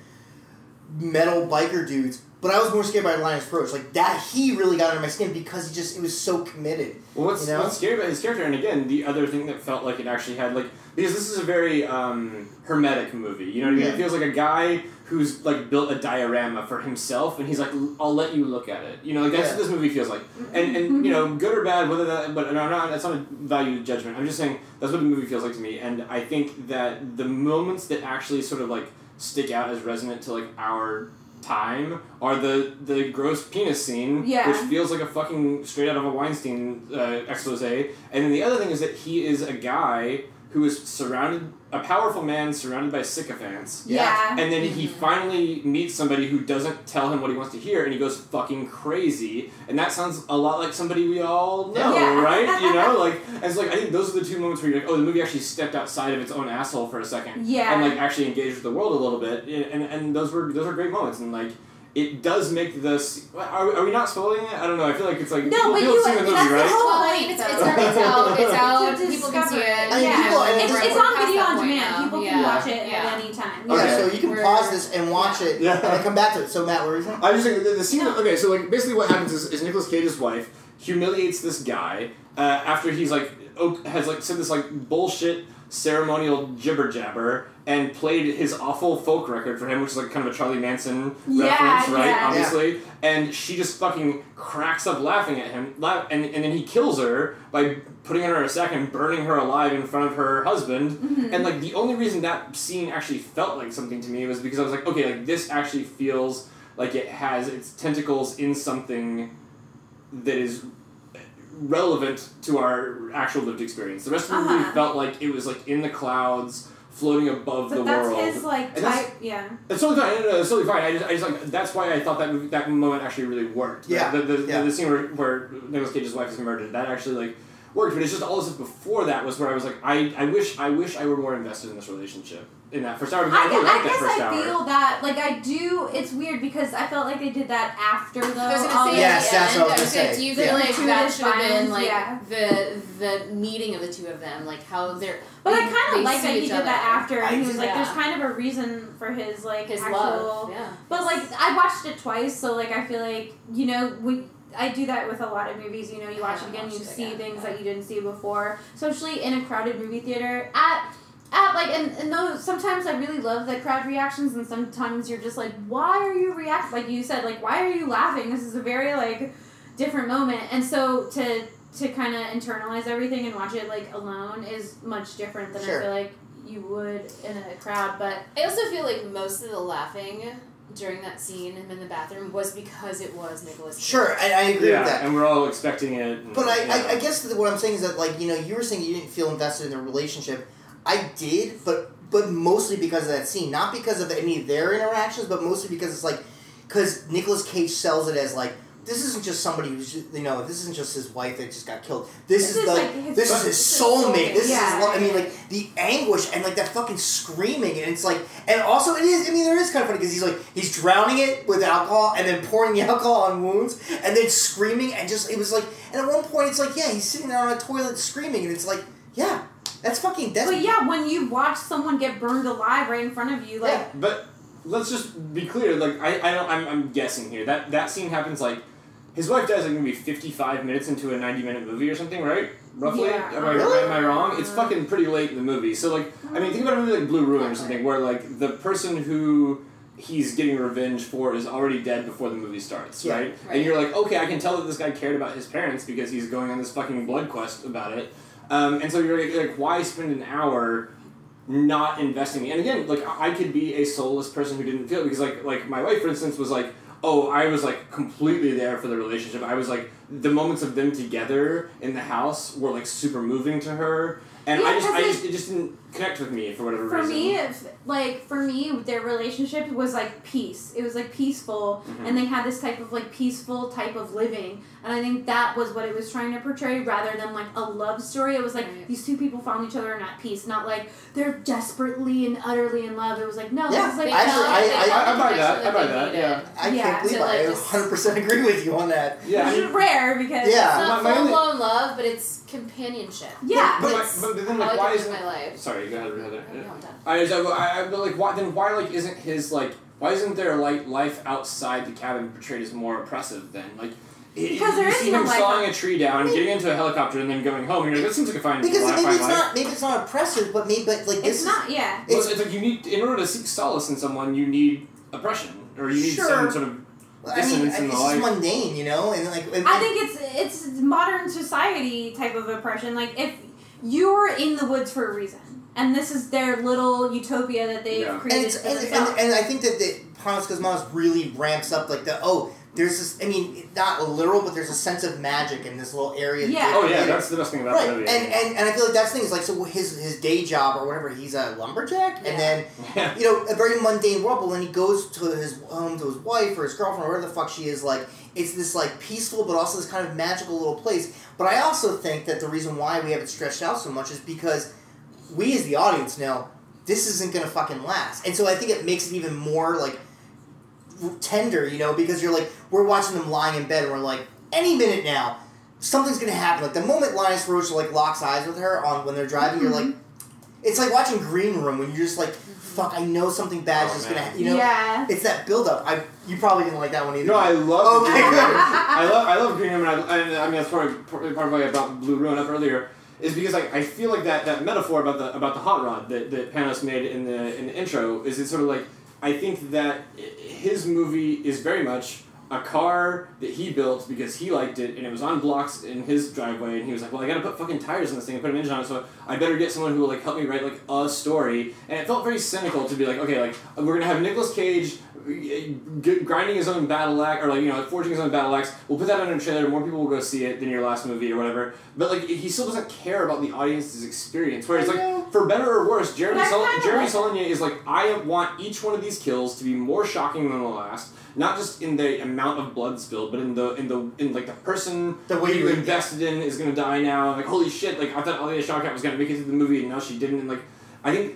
A: metal biker dudes. But I was more scared by Linus Roach. Like that he really got under my skin because he just it was so committed.
C: Well, what's,
A: You know?
C: what's scary about his character, and again, the other thing that felt like it actually had, like, because this is a very um, hermetic movie, you know what I mean?
A: Yeah.
C: It feels like a guy who's, like, built a diorama for himself, and he's like, "L- I'll let you look at it. You know, like, that's
A: Yeah.
C: what this movie feels like. And, and you know, good or bad, whether that, but no, not, that's not a value judgment. I'm just saying, that's what the movie feels like to me, and I think that the moments that actually sort of, like, stick out as resonant to, like, our time are the the gross penis scene,
B: Yeah.
C: which feels like a fucking straight out of a Weinstein uh, expose. And then the other thing is that he is a guy who is surrounded, a powerful man surrounded by sycophants.
B: Yeah.
C: And then he finally meets somebody who doesn't tell him what he wants to hear, and he goes fucking crazy. And that sounds a lot like somebody we all know,
B: Yeah.
C: right? You
B: *laughs*
C: know, like and it's like I think those are the two moments where you're like, oh, the movie actually stepped outside of its own asshole for a second
B: Yeah.
C: and like actually engage with the world a little bit and, and, and those were those are great moments and like it does make this are, are we not spoiling it i don't know i feel like it's like
B: No,
C: people,
B: but
C: people
B: you-
C: see the movie
B: that's the
C: right
B: whole-
D: Well, I mean, it's, it's, it's out. It's out.
B: To
D: people can
B: discover
D: see it.
B: it.
A: I mean,
D: yeah,
A: people-
D: we're-
A: and
B: It's,
D: we're
B: it's
D: past
B: on video
D: that
B: on
D: point now.
B: demand. People
D: yeah.
B: can watch it
D: yeah.
B: at any time.
C: Okay.
A: Yeah, so you can
D: We're-
A: pause this and watch it
C: Yeah.
A: and then come back to it. So Matt, what were you saying?
C: I was just like the, the scene. Okay, so like basically what happens is, is Nicolas Cage's wife humiliates this guy uh, after he's like o- has like said this like bullshit ceremonial jibber jabber and played his awful folk record for him, which is like kind of a Charlie Manson
B: Yeah,
C: reference, right?
B: yeah.
C: Obviously, and she just fucking cracks up laughing at him, laugh, and and then he kills her by putting her in a sack and burning her alive in front of her husband.
B: Mm-hmm.
C: And like the only reason that scene actually felt like something to me was because I was like, okay, like this actually feels like it has its tentacles in something that is relevant to our actual lived experience. The rest of the movie
B: Uh-huh.
C: felt like it was like in the clouds, floating above the
B: But that's
C: world.
B: his like
C: And that's-
B: type. Yeah.
C: It's totally fine. No, no, it's totally fine. I just, I just like that's why I thought that movie, that moment actually really worked. The-
A: Yeah.
C: The, the, the,
A: Yeah.
C: the scene where, where Nicolas Cage's wife is murdered that actually like worked, but it's just all the stuff before that was where I was like, I, I wish I wish I were more invested in this relationship in that first hour.
B: I,
C: Because I, really
B: I
C: liked that
B: guess
C: first
B: I
C: hour.
B: feel that like I do. It's weird because I felt like they did that after though.
D: I was gonna
B: all
D: say
B: the-
A: Yes,
D: at the
A: that's
D: end,
A: what I was gonna
D: said,
A: say.
D: Do you
A: Yeah.
D: feel like that
B: Gratuitous
D: should have been
B: violence,
D: like
B: yeah.
D: the the meeting of the two of them, like how they're.
B: But I
D: they-
B: kind
D: they
B: of like
D: see
B: that he
D: each
B: did
D: other.
B: that after,
A: I
B: and he
A: do,
B: was like,
D: yeah.
B: "There's kind of a reason for his like
D: His
B: actual."
D: love. Yeah.
B: But like I watched it twice, so like I feel like you know when I do that with a lot of movies. You know, you
D: I
B: watch it
D: haven't
B: again, you
D: watched it
B: see
D: again,
B: things
D: yeah.
B: that you didn't see before, especially in a crowded movie theater at. At like and, and those sometimes I really love the crowd reactions and sometimes you're just like why are you react like you said like why are you laughing this is a very like different moment and so to to kind of internalize everything and watch it like alone is much different than
A: Sure.
B: I feel like you would in a crowd but
D: I also feel like most of the laughing during that scene in the bathroom was because it was Nicholas.
A: Sure, I, I agree
C: Yeah,
A: with that.
C: and we're all expecting it. and-
A: But I,
C: yeah.
A: I, I guess that what I'm saying is that like you know you were saying you didn't feel invested in the relationship. I did, but but mostly because of that scene, not because of any of their interactions, but mostly because it's like because Nicolas Cage sells it as like this isn't just somebody who's ju- you know this isn't just his wife that just got killed. This,
B: This
A: is,
B: is,
A: the
B: like, his-
A: this is his
B: this is
A: soulmate.
B: soulmate.
A: This is
B: Yeah.
A: his lo- I mean like the anguish and like that fucking screaming and it's like and also it is I mean there is kind of funny because he's like he's drowning it with alcohol and then pouring the *laughs* alcohol on wounds and then screaming and just it was like and at one point it's like yeah he's sitting there on a toilet screaming and it's like yeah That's fucking. That's
B: But yeah, when you watch someone get burned alive right in front of you, like
A: Yeah.
C: But let's just be clear. Like I, I don't. I'm, I'm guessing here. That that scene happens like his wife dies like maybe 55 minutes into a 90 minute movie or something, right? Roughly.
B: Yeah.
C: Am, I,
A: Really?
C: am I wrong? It's fucking pretty late in the movie. So like, I mean, think about a movie like Blue Ruin or something, where like the person who he's getting revenge for is already dead before the movie starts,
A: Yeah.
C: right?
D: Right.
C: And you're like, okay, I can tell that this guy cared about his parents because he's going on this fucking blood quest about it. Um, and so you're like, like, why spend an hour not investing? And again, like I I could be a soulless person who didn't feel it because like like my wife, for instance, was like, oh, I was like completely there for the relationship. I was like the moments of them together in the house were like super moving to her, and I
B: Yeah,
C: just I
B: 'cause, like-
C: just it just didn't connect with me for whatever
B: For
C: reason.
B: me, if, like for me, their relationship was like peace. It was like peaceful,
A: Mm-hmm.
B: and they had this type of like peaceful type of living, and I think that was what it was trying to portray, rather than like a love story. It was like
D: Right.
B: these two people found each other and at peace, not like they're desperately and utterly in love. It was like no,
A: Yeah,
B: this is
D: They
B: like
A: I
D: felt-
A: actually-
D: they
A: I- I-
D: felt
C: I buy
D: the
C: that.
D: connection
C: I buy
D: they
C: that,
D: needed.
C: yeah.
A: I
B: yeah,
A: can't believe
D: so, like,
A: I
D: just-
A: 100 percent agree with you on that.
C: yeah, I
B: which
C: mean,
B: is rare because
A: Yeah.
D: It's not
C: My- my
D: full
C: only-
D: blown love, but it's companionship.
B: yeah,
C: But,
D: That's
C: my, but then,
D: how
C: like,
D: I
C: why
D: live
C: isn't
D: my life?
C: Sorry, go ahead, Heather.
D: No, I'm done.
C: I, I, I, I- but like, why then? Why like isn't his like? Why isn't there like life outside the cabin portrayed as more oppressive than like? it-
B: Because there
C: you
B: is
C: see
B: no
C: him
B: life
C: sawing
B: out-
C: a tree down, getting into a helicopter, and then going home. And you're like, that seems like a fine
A: Because
C: li-
A: maybe
C: fine
A: it's
C: life.
A: not maybe it's not oppressive, but maybe but like this
B: it's not yeah.
C: Well,
A: It's-
C: it's, like you need in order to seek solace in someone, you need oppression, or you need some
A: Sure.
C: sort of.
A: is. I mean,
C: dissonance in
A: it's
C: the
A: just
C: life.
A: mundane, you know, and like and-
B: I think it's it's modern society type of oppression. Like if you were in the woods for a reason, and this is their little utopia that they've
C: Yeah.
A: and
B: created
A: it's
B: for
A: and,
B: themselves.
A: and, and I think that the Panos Cosmatos really ramps up like the oh there's this I mean not literal but there's a sense of magic in this little area.
B: Yeah.
C: Oh yeah,
A: Theater.
C: that's the best thing about
A: Right,
C: the
A: and,
C: movie.
A: and and I feel like that's the thing is like so his his day job or whatever he's a lumberjack
D: Yeah.
A: and then
C: *laughs* yeah.
A: you know, a very mundane world, but when he goes to his home to his wife or his girlfriend or whatever the fuck she is, like it's this like peaceful but also this kind of magical little place. But I also think that the reason why we have it stretched out so much is because we as the audience know this isn't gonna fucking last. And so I think it makes it even more like tender, you know, because you're like we're watching them lying in bed and we're like, any minute now, something's gonna happen. Like the moment Linus Roach like locks eyes with her on when they're driving, you're like it's like watching Green Room when you're just like, fuck, I know something bad's
C: Oh,
A: just
C: man.
A: gonna happen. You know?
B: yeah.
A: It's that build up. I you probably didn't like that one either.
C: No, I love
A: Okay.
C: Green Room. I love I love Green Room, and I, and, I mean that's part of, part of why I brought Blue Ruin up earlier is because like I feel like that, that metaphor about the about the hot rod that, that Panos made in the in the intro is it's sort of like I think that i- his movie is very much a car that he built because he liked it and it was on blocks in his driveway and he was like well i gotta put fucking tires on this thing and put an engine on it so i better get someone who will like help me write like a story and it felt very cynical to be like okay like we're gonna have Nicolas cage uh, g- grinding his own battle axe or like you know like forging his own battle axe we'll put that on a trailer more people will go see it than your last movie or whatever but like he still doesn't care about the audience's experience whereas
A: I know.
C: like for better or worse jeremy,
B: But I
C: Sol-
B: kinda
C: jeremy
B: like-
C: Solonier is like i want each one of these kills to be more shocking than the last not just in the amount of blood spilled, but in the in the in like the person
A: The way
C: who
A: you-
C: invested in is gonna die now. Like holy shit! Like I thought Alia Shawkat was gonna make it through the movie, and now she didn't. And like I think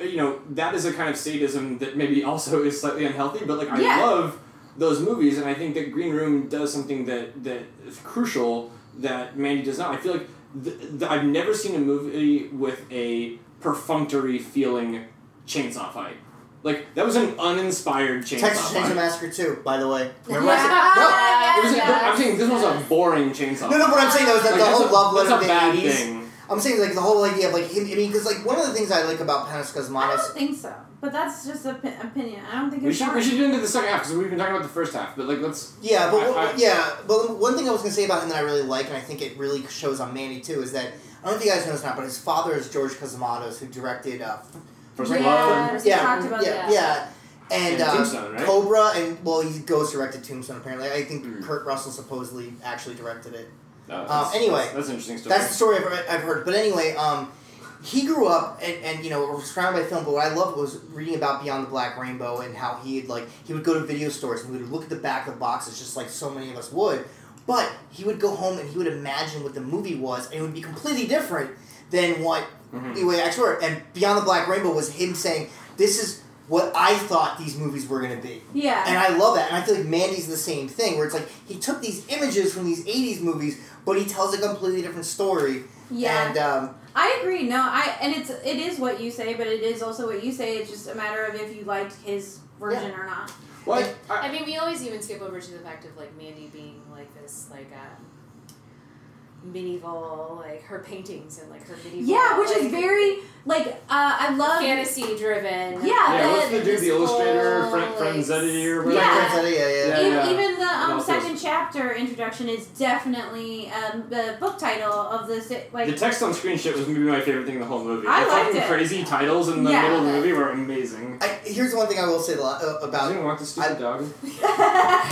C: you know that is a kind of sadism that maybe also *laughs* is slightly unhealthy. But like I
B: Yeah.
C: love those movies, and I think that Green Room does something that that is crucial that Mandy does not. I feel like th- th- I've never seen a movie with a perfunctory feeling chainsaw fight. Like that was an uninspired chainsaw
A: Texas
C: fight.
A: Chainsaw Massacre 2, by the way. Remember I said-
B: Yeah.
C: It was a-
B: Yeah.
C: but I'm saying this was a boring chainsaw.
A: No, no, but I'm saying though is that
C: Like,
A: the
C: that's
A: whole
C: a,
A: love letter to
C: that's a
A: the
C: bad
A: 80s.
C: thing.
A: I'm saying like the whole idea of like him. I mean, because like one of the things I like about Panos
B: I
A: Cosmatos
B: don't think so, but that's just an opinion. I don't think
C: We
B: it's
C: should, we should get into the second half because we've been talking about the first half. But like, let's.
A: Yeah, but
C: I-
A: what-
C: I-
A: yeah, but one thing I was gonna say about him that I really like, and I think it really shows on Mandy too, is that I don't know if you guys know this or not, but his father is George Cosmatos, who directed, uh,
C: First
B: Yeah.
C: love.
B: We
A: yeah,
B: talked about
A: yeah,
D: that.
A: yeah, and
C: And
A: uh,
C: Tombstone, right?
A: Cobra, and well, he ghost directed Tombstone. Apparently, I think
C: Mm.
A: Kurt Russell supposedly actually directed it.
C: No, that's-
A: uh, anyway.
C: that's, that's an interesting story.
A: That's the story I've, I've heard. But anyway, um, he grew up and, and you know was surrounded by film. But what I loved was reading about Beyond the Black Rainbow and how he had like he would go to video stores and he would look at the back of the boxes just like so many of us would. But he would go home and he would imagine what the movie was, and it would be completely different than what
C: Mhm.
A: the way actually were. And Beyond the Black Rainbow was him saying, "This is what I thought these movies were going to be.
B: Yeah.
A: And I love that. And I feel like Mandy's the same thing, where it's like he took these images from these 80s movies, but he tells a completely different story.
B: yeah.
A: And, um,
B: I agree. No, I and it's it is what you say, but it is also what you say. It's just a matter of if you liked his version or not.
C: What?
D: I mean, we always even skip over to the fact of like Mandy being like this, like um, medieval, like her paintings and like her medieval.
B: Yeah, which
D: like,
B: is very like uh, I love.
D: fantasy
B: Yeah,
D: driven.
C: yeah,
B: the-
C: what's the dude,
D: this
C: the illustrator,
D: whole,
C: Frank
D: like,
B: *laughs*
C: Franzetti or whatever?
A: yeah,
B: Yeah.
A: yeah, yeah.
B: E-
C: yeah.
B: Even the um,
C: also-
B: second chapter introduction is definitely um, the book title of this. Like *laughs*
C: the text on screen shit was maybe my favorite thing in the whole movie.
B: I
C: the
B: liked
C: fucking
B: it.
C: crazy titles in the
B: Yeah.
C: middle of the movie were amazing.
A: I, here's one thing I will say a lot uh,
C: Does
A: about.
C: anyone want the stupid
A: I-
C: dog?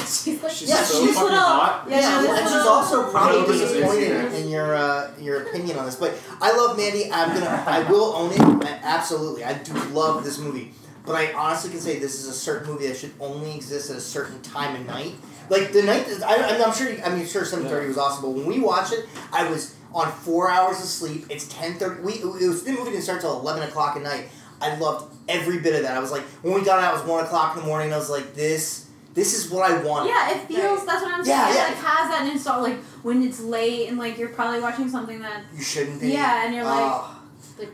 D: She's like,
C: She's
A: Yeah,
C: so
A: she's
C: fucking
B: little-
C: hot.
B: Yeah,
A: Yeah,
B: this
A: and she's
B: little-
A: also
C: Yeah,
A: probably
C: this is
A: disappointed
C: easier.
A: in your uh, your opinion on this, but I love Mandy. I'm gonna, I will own it a- absolutely. I do love this movie, but I honestly can say this is a certain movie that should only exist at a certain time and night. Like the night, that- I, I'm- I'm sure. I mean, sure, seven thirty was awesome, but when we watched it, I was on four hours of sleep. It's ten thirty. We it was, the movie didn't start till eleven o'clock at night. I loved every bit of that. I was like, when we got out, it was one o'clock in the morning. And I was like, this, this is what I wanted.
B: yeah, it feels. That's what I'm saying.
A: Yeah,
B: It,
A: yeah.
B: Like has that install. Like when it's late and like you're probably watching something that.
A: You shouldn't be.
B: Yeah, and you're like.
A: Oh.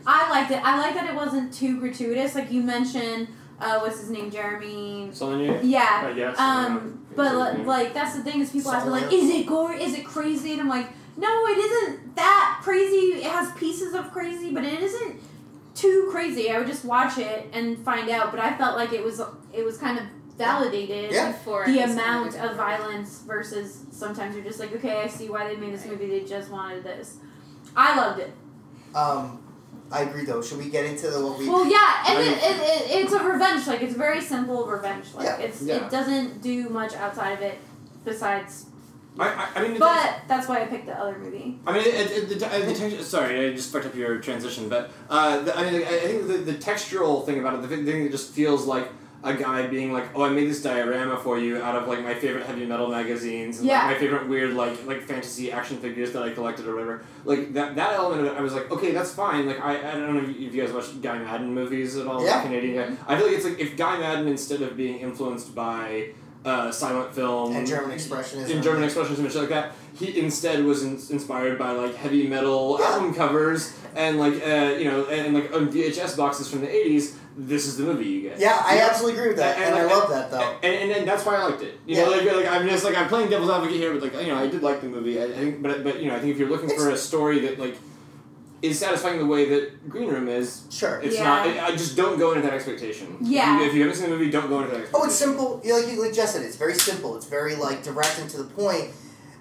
B: I liked it. I like that it wasn't too gratuitous. Like you mentioned, uh, what's his name, Jeremy?
C: Sonya?
B: Yeah.
C: I guess. I don't know.
B: Um, but li- like that's the thing is people ask me like,
A: Somewhere.
B: is it gore? Is it crazy? And I'm like, no, it isn't that crazy. It has pieces of crazy, but it isn't too crazy. I would just watch it and find out. But I felt like it was it was kind of
A: *laughs*
B: validated.
A: Yeah.
D: before
B: The
D: this
B: amount
D: movie.
B: of violence versus sometimes you're just like, okay, I see why they made this movie. They just wanted this. I loved it.
A: Um, I agree though. Should we get into the what we?
B: Well, yeah, and
C: Right.
B: it, it, it, it's a revenge. Like it's very simple revenge. Like
A: Yeah.
B: it's
C: Yeah.
B: it doesn't do much outside of it besides
C: I, I, I mean, the-
B: But that's why I picked the other movie.
C: I mean, it, it, the, the text, sorry, I just fucked up your transition, but uh, the, I mean, I I think the, the textural thing about it, the thing that just feels like a guy being like, "Oh, I made this diorama for you out of like my favorite heavy metal magazines and like,
B: Yeah.
C: my favorite weird like like fantasy action figures that I collected or whatever." Like that that element of it, I was like, "Okay, that's fine." Like I, I don't know if you guys watch Guy Madden movies at all, the
A: Yeah.
C: Canadian guy. I feel like it's like if Guy Madden instead of being influenced by uh, silent film
A: and German expressionism.
C: in German expressions and shit like that. He instead was in- inspired by like heavy metal
A: Yeah.
C: album covers and like uh, you know and, and, like on VHS boxes from the eighties. This is the movie you get.
A: Yeah, I absolutely agree with that,
C: And-
A: and,
C: and-
A: I love that though.
C: And, and, and that's why I liked it. You know, like, like I'm just like I'm playing devil's advocate here, but like you know I did like the movie. I, I think, but but you know I think if you're looking for a story that like is satisfying the way that Green Room is,
A: Sure.
C: it's
B: Yeah.
C: not. I I just don't go into that expectation.
B: Yeah.
C: If you, if you haven't seen the movie, don't go into that.
A: Oh, it's
C: expectation.
A: simple. You know, like you like Jess said, it's very simple. It's very like direct and to the point.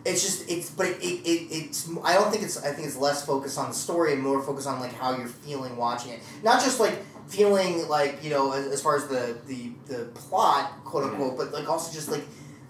A: It's just it's but it, it, it it's I don't think it's I think it's less focused on the story and more focused on like how you're feeling watching it. Not just like feeling like you know as, as far as the the the plot quote unquote, but like also just like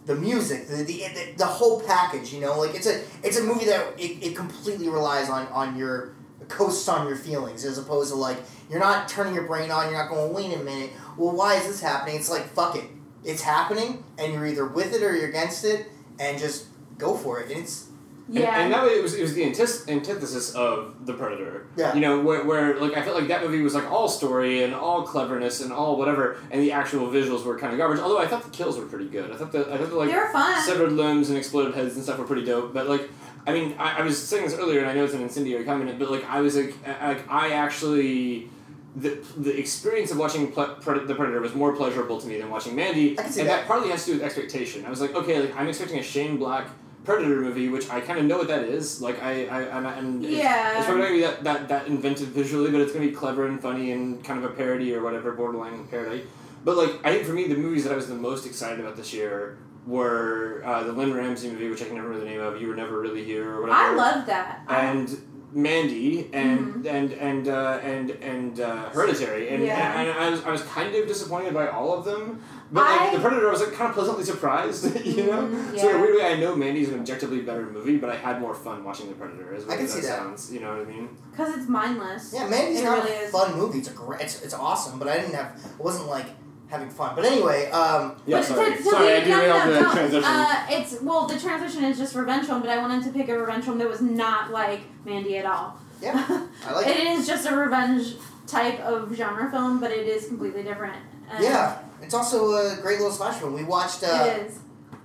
A: the music, the, the the the whole package. You know, like it's a it's a movie that it, it completely relies on on your coasts on your feelings as opposed to like you're not turning your brain on. You're not going wait a minute. Well, why is this happening? It's like fuck it it's happening and you're either with it or you're against it and just go for it and it's
C: And-
B: Yeah.
C: And, that way it was, it was the antith- antithesis of The Predator.
A: Yeah.
C: You know, where, where, like, I felt like that movie was, like, all story and all cleverness and all whatever, and the actual visuals were kind of garbage. Although I thought the kills were pretty good. I thought the, I thought the, like,
B: they were fun.
C: severed limbs and exploded heads and stuff were pretty dope. But like, I mean, I, I was saying this earlier, and I know it's an incendiary comment, but like, I was like, I- like I actually. The, the experience of watching Ple- Pred- the Predator was more pleasurable to me than watching Mandy,
A: I can see
C: and
A: that.
C: partly has to do with expectation. I was like, okay, like I'm expecting a Shane Black Predator movie, which I kind of know what that is. Like I, I, and, and it's-
B: Yeah.
C: it's probably not gonna be that, that that inventive visually, but it's gonna be clever and funny and kind of a parody or whatever, borderline parody. But like, I think for me, the movies that I was the most excited about this year were uh, the Lynn Ramsey movie, which I can never remember the name of. You were never really here, or whatever.
B: I loved that. Mm-hmm.
C: and Mandy and and and uh, and and uh, Hereditary, and,
B: Yeah.
C: and, and I was I was kind of disappointed by all of them. But like
B: I-
C: the Predator, I was like kind of pleasantly surprised, *laughs* you know.
B: Mm,
C: So in a
B: yeah.
C: weird way, I know Mandy's an objectively better movie, but I had more fun watching the Predator. As
A: I
C: weird
A: can
C: as
A: see that.
C: sounds, you know what I mean?
B: Because it's mindless.
A: yeah Mandy's
B: It
A: not
B: really
A: a
B: is.
A: fun movie it's a great it's, it's awesome but I didn't have I wasn't like having fun but anyway um
C: Yeah,
B: but
C: sorry,
B: To, to
C: sorry, I
B: leave- no,
C: derailed
B: no,
C: the
B: no.
C: transition.
B: Uh, it's well, the transition is just revenge film, but I wanted to pick a revenge film that was not like Mandy at all. *laughs*
A: yeah I like it
B: it is just a revenge type of genre film, but it is completely different. And
A: Yeah, it's also a great little slash film. We watched uh,
B: It is.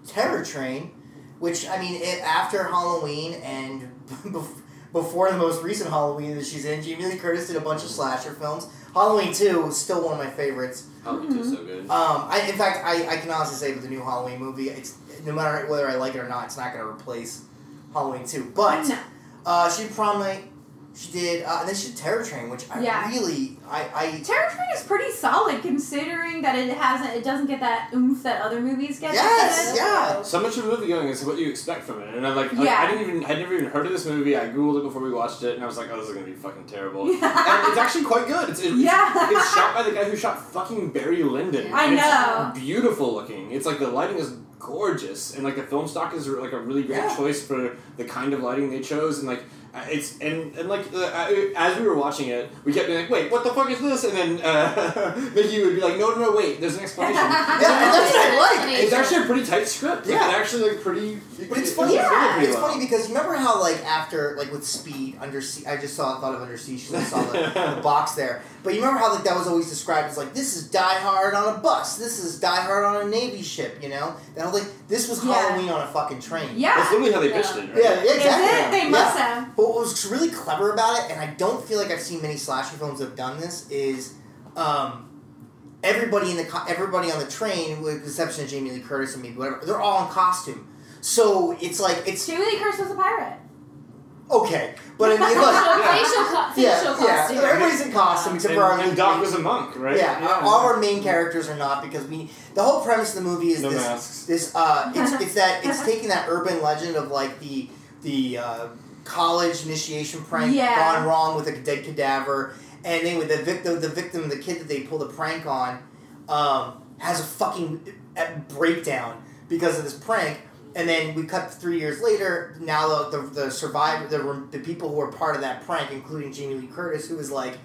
A: Terror Train, which I mean, it, after Halloween and *laughs* bef- before the most recent Halloween that she's in, Jamie Lee Curtis did a bunch of slasher films. Halloween Two is still one of my favorites.
C: Halloween
B: mm-hmm.
C: two's so good.
A: Um, I, in fact, I, I can honestly say with the new Halloween movie, it's no matter whether I like it or not, it's not going to replace Halloween Two. But
B: No.
A: uh, she did prom night. She did, uh, and then she did Terror Train, which I
B: Yeah.
A: really, I, I
B: Terror Train is pretty solid considering that it hasn't it doesn't get that oomph that other movies get. *laughs*
A: yes, yeah.
C: So much of the movie going is what you expect from it, and I'm like, like,
B: Yeah.
C: I didn't even, I'd never even heard of this movie. I googled it before we watched it, and I was like, oh, this is gonna be fucking
B: *laughs*
C: terrible. *laughs* and it's actually quite good. It's, it,
B: Yeah.
C: it's shot by the guy who shot fucking Barry Lyndon.
B: I
C: and it's
B: *laughs*
A: Ah.
B: know.
C: beautiful looking. It's like the lighting is gorgeous, and like the film stock is like a really great
A: Yeah.
C: choice for the kind of lighting they chose, and like. uh, It's and and like uh, I- as we were watching it, we kept being like, "Wait, what the fuck is this?" And then uh, *laughs* Mickey would be like, "No, no, no, wait, there's an explanation."
A: *laughs* Yeah, and that's what I like.
C: It's actually a pretty tight script. Like,
A: Yeah.
C: it's actually like pretty.
A: But it's funny.
B: Yeah.
C: pretty
A: it's
C: well.
A: funny because remember how like after like with Speed Under Sea, I just saw thought of Under Sea when I saw *laughs*
C: *laughs*
A: the, the box there. But you remember how like that was always described as like this is Die Hard on a bus, this is Die Hard on a Navy ship, you know. That whole thing. This was
B: Yeah.
A: Halloween on a fucking train.
B: Yeah.
C: That's literally how they pitched it.
A: Yeah,
C: Right?
A: yeah,
B: Is it?
A: exactly.
B: They must have.
A: But what was really clever about it, and I don't feel like I've seen many slasher films that have done this, is um, everybody in the co- everybody on the train, with the exception of Jamie Lee Curtis and maybe whatever, they're all in costume. So it's like it's
B: Jamie Lee Curtis was a pirate.
A: okay, but I mean,
D: *laughs*
A: look,
D: facial, co- facial
A: yeah, yeah,
D: costume.
A: everybody's in costume except
C: And,
A: for our
C: and
A: lead
C: Doc
A: main-
C: was a monk, right?
A: yeah, all our main characters are not because we the whole premise of the movie is
C: no
A: this
C: masks.
A: this uh, it's, it's that it's taking that urban legend of like the the uh, college initiation prank
B: Yeah.
A: gone wrong with a dead cadaver, and then with the victim, the victim, the kid that they pulled a prank on, um, has a fucking uh, breakdown because of this prank. And then we cut three years later. Now the the, the survivor, the, the people who were part of that prank, including Jamie Lee Curtis, who was like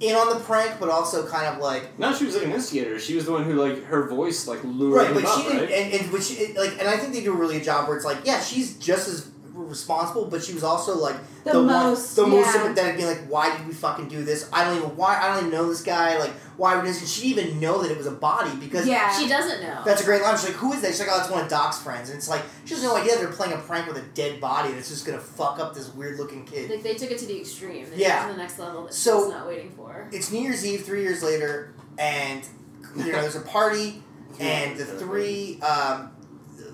A: in on the prank, but also kind of like
C: No, she was like an instigator. She was the one who like her voice like lured
A: Right,
C: him
A: but
C: up,
A: she didn't,
C: right?
A: and, and which it- like, and I think they do a really good job where it's like, yeah, she's just as responsible, but she was also like
B: The,
A: one-
B: most
A: the most
B: yeah.
A: sympathetic, being like, why did we fucking do this? I don't even why I don't even know this guy. Like, why would this? And she didn't even know that it was a body because
B: Yeah.
D: She doesn't know.
A: that's a great line. She's like, who is that? She's like, oh, it's one of Doc's friends, and it's like she has no idea they're playing a prank with a dead body that's just gonna fuck up this weird looking kid.
D: Like they took it to the extreme. They took it
A: Yeah.
D: To the next level that
A: So-
D: she's not waiting for.
A: it's New Year's Eve three years later, and you know there's a party, and the three um,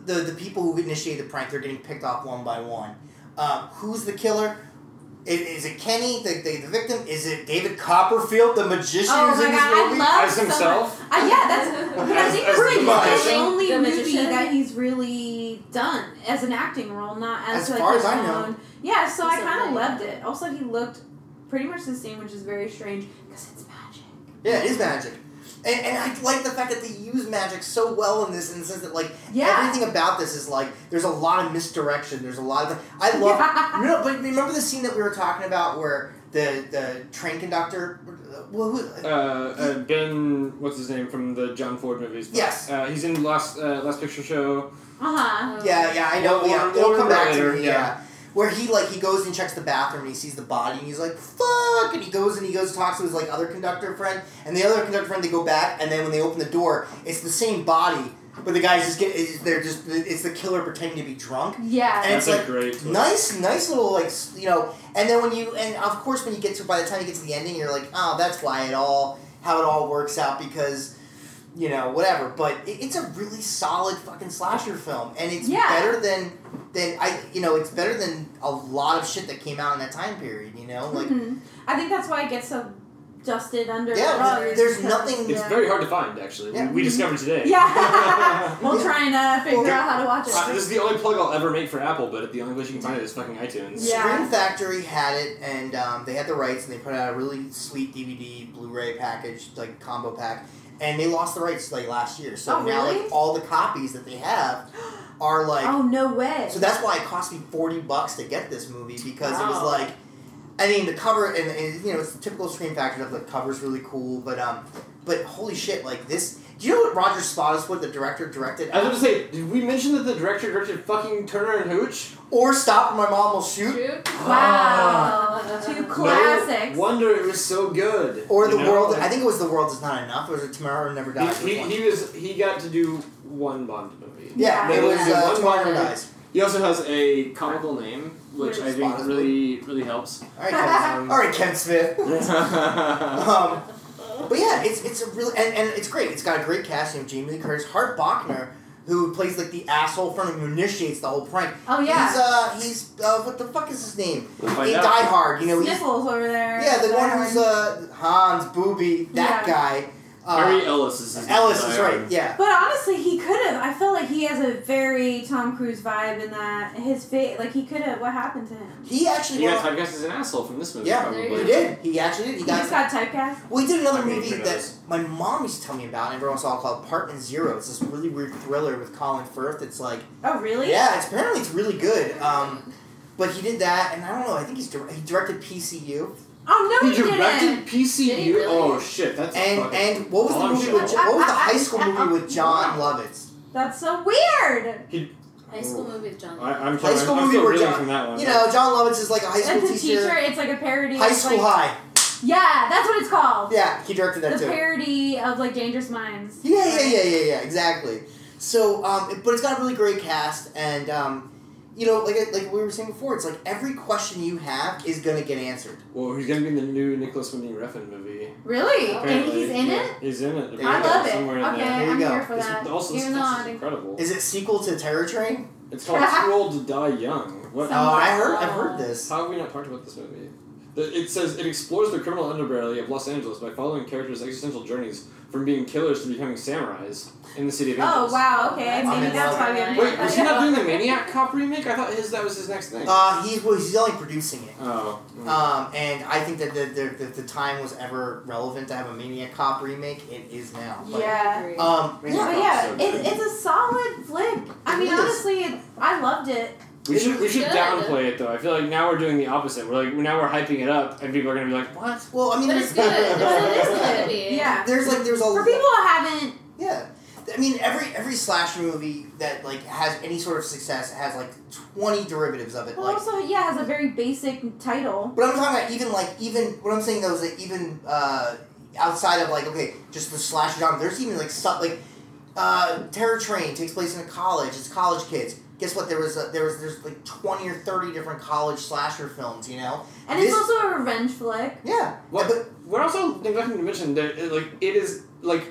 A: the the people who initiate the prank they're getting picked off one by one. Um, who's the killer? I- Is it Kenny, the, the, the victim? Is it David Copperfield, the magician
B: Oh
A: who's
B: my
A: in this
B: God, I
A: movie?
B: love
C: As
B: so much-
C: himself?
B: Uh, yeah,
D: *laughs*
B: that's. But I think
C: As-
B: really this is
C: as the
B: the
D: magician?
B: only
D: The
B: movie
D: magician?
B: that he's really done as an acting role, not as,
A: As
B: like
A: far
B: his
A: as I
B: own.
A: know.
B: Yeah, so
D: He's
B: I
D: so
B: kind of
D: good.
B: loved it. Also, he looked pretty much the same, which is very strange because it's magic.
A: Yeah, it is magic. And, and I like the fact that they use magic so well in this, in the sense that like
B: Yeah.
A: everything about this is like there's a lot of misdirection. There's a lot of I love *laughs*
B: *laughs*
A: No, but remember the scene that we were talking about where the the train conductor, well, who,
C: Uh, uh, ben, what's his name from the John Ford movies?
A: Yes.
C: uh, he's in Last uh, Last Picture Show.
B: Uh huh.
D: Um,
A: yeah, yeah, I know,
C: Well,
A: yeah,
C: or-
A: it'll
C: or
A: come back to
C: later,
A: me,
C: yeah.
A: Where he like he goes and checks the bathroom and he sees the body and he's like fuck and he goes and he goes and talks to his like other conductor friend and the other conductor friend they go back and then when they open the door it's the same body but the guys just get is- they're just it's the killer pretending to be drunk
B: Yeah.
A: And it's
C: That's a
A: like,
C: great. twist.
A: Nice, nice little like s- you know. And then when you and of course when you get to by the time you get to the ending, you're like, oh, that's why it all how it all works out because you know whatever. But it, it's a really solid fucking slasher film, and it's
B: Yeah.
A: better than than I you know it's better than a lot of shit that came out in that time period. You know, like
B: Mhm. I think that's why it gets so dusted under the
A: yeah,
B: rug.
A: there-
B: is
A: there's
B: because-
A: nothing.
C: It's very hard to find, actually.
A: Yeah.
C: We, we discovered today.
B: Yeah. *laughs* we'll
A: Yeah.
B: try and uh, figure
A: Well,
B: out how to watch it.
C: *laughs* Uh, this is the only plug I'll ever make for Apple, but the only place you can find it is fucking iTunes.
B: Yeah.
A: Scream Factory had it, and um, they had the rights, and they put out a really sweet DVD Blu-ray package, like combo pack, and they lost the rights like last year. So
B: Oh,
A: now,
B: really?
A: like all the copies that they
B: *gasps*
A: have are like.
B: oh no way.
A: So that's why it cost me forty bucks to get this movie because it was
B: Wow.
A: like, I mean, the cover and, and you know it's the typical Scream Factory stuff. The cover's really cool, but um, but holy shit, like this. Do you know what Roger Spottiswoode, the director, directed?
C: I was gonna say, did we mention that the director directed fucking Turner and Hooch?
A: Or Stop, or My Mom Will Shoot.
D: Shoot.
A: Oh.
B: Wow.
D: Ah.
B: Two classics.
C: No wonder it was so good.
A: Or the
C: you know?
A: world.
C: Like,
A: I think it was the world is not enough. Or was it tomorrow never dies?
C: he,
A: Which one?
C: he, he was he got to do one Bond movie.
A: yeah,
C: Yeah.
A: it was
C: Yeah.
A: uh,
C: One
A: tomorrow never
C: Bond.
A: dies.
C: He also has a comical name, which I think
A: Spot on.
C: really
A: *laughs*
C: really helps.
A: All right, Kevin.
C: *laughs* Um,
A: All right, Ken Smith.
C: yeah,
A: Um, but yeah, it's it's a really and, and it's great. It's got a great casting of Jamie Lee Curtis, Hart Bachner, who plays like the asshole friend who initiates the whole prank.
B: oh yeah,
A: He's uh he's uh what the fuck is his name?
C: We'll find
A: in
C: out.
A: Die Hard, you know. He's,
B: Sniffles over there.
A: yeah, the one
B: That
A: who's uh Hans Booby, that
B: Yeah.
A: guy. Uh,
C: Harry Ellis is his
A: Ellis
C: name,
A: is
C: I-
A: right. Yeah.
B: But honestly, he could have. I feel like he has a very Tom Cruise vibe in that his face. Like he could have. What happened to him?
A: He actually
C: He got
A: won-
C: typecast as an asshole from this movie.
A: Yeah,
C: probably.
A: he did. He actually did. He
B: He
A: got
B: just got typecast.
A: We did another
C: I mean,
A: movie
C: who
A: that
C: knows?
A: my mom used to tell me about, and everyone saw called Apartment Zero. It's this really weird thriller with Colin Firth. It's like,
B: Oh really?
A: yeah, it's apparently it's really good. Um, but he did that, and I don't know. I think he's dir- he directed PCU,
B: Oh no,
C: He
B: he,
C: directed
B: didn't.
C: PCU.
D: Did he really?
C: Oh shit, that's
A: and
C: fucking-
A: and what was the
C: Oh,
A: movie
C: shit.
A: with Jo- what was the high school movie with John Lovitz?
B: That's so weird.
D: High school movie with John.
C: Oh. I, I'm
A: High
C: sorry,
A: school
C: I'm,
A: movie
C: still
A: where
C: reeling
A: John-
C: from that one.
A: You know, John Lovitz is like a high school
B: That's a teacher. It's like a parody.
A: High
B: of,
A: School
B: like,
A: High.
B: Yeah, that's what it's called.
A: Yeah, he directed that
B: the
A: too.
B: parody of like Dangerous Minds.
A: Yeah, yeah, yeah, yeah, yeah, exactly. So, um, it- but it's got a really great cast, and um, you know, like I- like we were saying before, it's like every question you have is gonna get answered.
C: well, he's gonna be in the new Nicholas Winding Refn movie.
B: Really? And
C: Apparently,
B: he's in
C: yeah.
B: it.
C: He's in it.
A: I
B: love it.
C: Somewhere in
B: Okay,
C: there.
A: There you
B: I'm
A: go.
B: here for
C: It's
B: that.
C: also
B: Even though I
C: it's
B: didn't-
C: incredible.
A: Is it sequel to Terror Train?
C: It's called Too Old to Die Young. What?
A: Oh, I heard
B: Oh.
A: I've heard this.
C: How have we not talked about this movie? The- It says it explores the criminal underbelly of Los Angeles by following characters' existential journeys from being killers to becoming samurais in the city of
B: Oh
C: Angels.
B: wow. Okay,
A: I'm
B: maybe
A: in
B: that's
A: love.
B: why we haven't.
C: Wait, was he not
B: Yeah.
C: doing the Maniac Cop remake? I thought his that was his next thing.
A: Uh, he was he's only producing it.
C: oh. Mm.
A: Um, and I think that the, the, the, the time was ever relevant to have a Maniac Cop remake. It is now. But,
B: Yeah.
A: Um,
C: Maniac
B: Yeah, but
C: Cop's
B: yeah,
C: so
B: it,
C: good.
B: it's a solid flick. I
A: It
B: mean,
A: is.
B: honestly, it, I loved it.
C: we should we should
D: Good.
C: downplay it though. I feel like now we're doing the opposite. We're like now we're hyping it up, and people are gonna be like, "What?"
A: well, I mean,
D: But
A: there's,
D: it's good. It's
B: But it is *laughs*
D: it's
B: good.
D: gonna be.
B: Yeah.
A: *laughs* there's like there's a
B: For people who haven't,
A: Yeah, I mean every every slasher movie that like has any sort of success has like twenty derivatives of it.
B: well,
A: Like,
B: also yeah, has a very basic title.
A: but I'm talking about even like even what I'm saying though is that even uh, outside of like okay, just the slasher genre, there's even like stuff like uh, Terror Train takes place in a college. It's college kids. Guess what? There was a, there was there's like twenty or thirty different college slasher films. You know?
B: And it's
A: This-
B: also a revenge flick.
A: Yeah.
C: What-
A: But
C: We're also neglecting to mention that it, like it is like